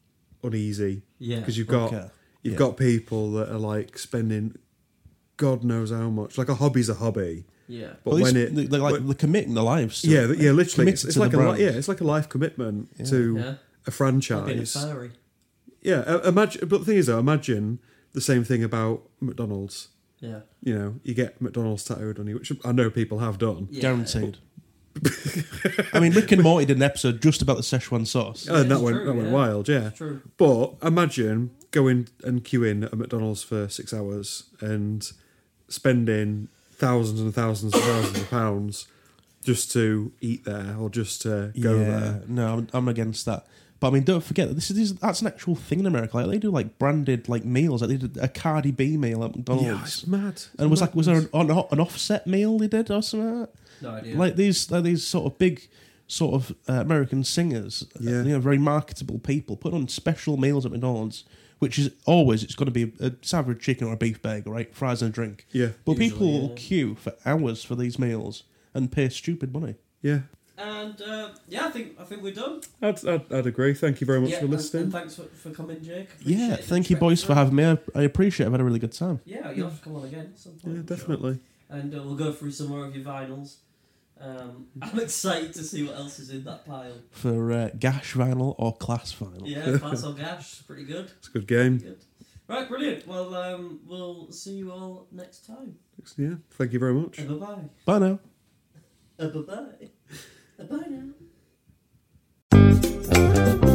A: uneasy
B: Yeah.
A: because you've got
C: Okay.
A: you've
C: Yeah.
A: got people that are like spending god knows how much like a hobby's a hobby
B: Yeah.
A: but
C: At least
A: when it
C: they- they're like
A: when-
C: they're committing their lives. To
A: yeah
C: it.
A: th- yeah literally it's,
C: committed
A: it's
C: to the
A: like a li-
C: brand.
A: yeah it's like a life commitment to
B: Yeah.
A: a
B: I've been a
A: franchise
B: fairy.
A: yeah uh, imagine but the thing is though imagine the same thing about mcdonald's
B: Yeah.
A: you know, you get McDonald's tattooed on you, which I know people have done.
B: yeah.
C: guaranteed. I mean, Rick and Morty did an episode just about the Szechuan sauce.
A: and
B: Yeah,
A: Uh, that
B: it's
A: went
B: true,
A: that went
B: yeah.
A: wild, yeah.
B: True.
A: But imagine going and queuing at McDonald's for six hours and spending thousands and thousands and thousands of pounds just to eat there or just to go
C: yeah,
A: there.
C: no, I'm, I'm against that. But I mean, don't forget that this is this, is- that's an actual thing in America. Like they do like branded like meals. Like they did a Cardi B meal at McDonald's.
A: Yeah, Oh, it's mad. It's
C: And was like, was there
A: madness.
C: an, an, an offset meal they did or something? Like,
B: No
C: that?
B: idea.
C: like these, like these sort of big, sort of uh, American singers, uh,
A: Yeah.
C: you know, very marketable people, put on special meals at McDonald's, which is always it's going to be a, a savage chicken or a beef burger, right? Fries and a drink.
A: Yeah,
C: But
B: Usually,
C: people will
B: yeah.
C: queue for hours for these meals and pay stupid money.
A: yeah.
B: And uh, yeah, I think I think we're done.
A: I'd, I'd, I'd agree. Thank you very much
B: yeah,
A: for
B: and-
A: listening.
B: And, thanks for, for coming, Jake.
C: yeah,
B: Appreciate it.
C: thank you, boys, for having me. I, I appreciate. it. I've had a really good time.
B: Yeah, you'll have to come on again at some point.
A: yeah,
B: I'm sure.
A: definitely.
B: And uh, we'll go through some more of your vinyls. Um, I'm excited to see what else is in that pile.
C: For uh, gash vinyl or class vinyl.
B: Yeah, class or gash, pretty good.
A: It's a good game.
B: Good. Right, brilliant. Well, um, we'll see you all next time.
A: Yeah, thank you very much.
B: Bye bye.
C: Bye now.
B: Uh, Bye bye. Bye now.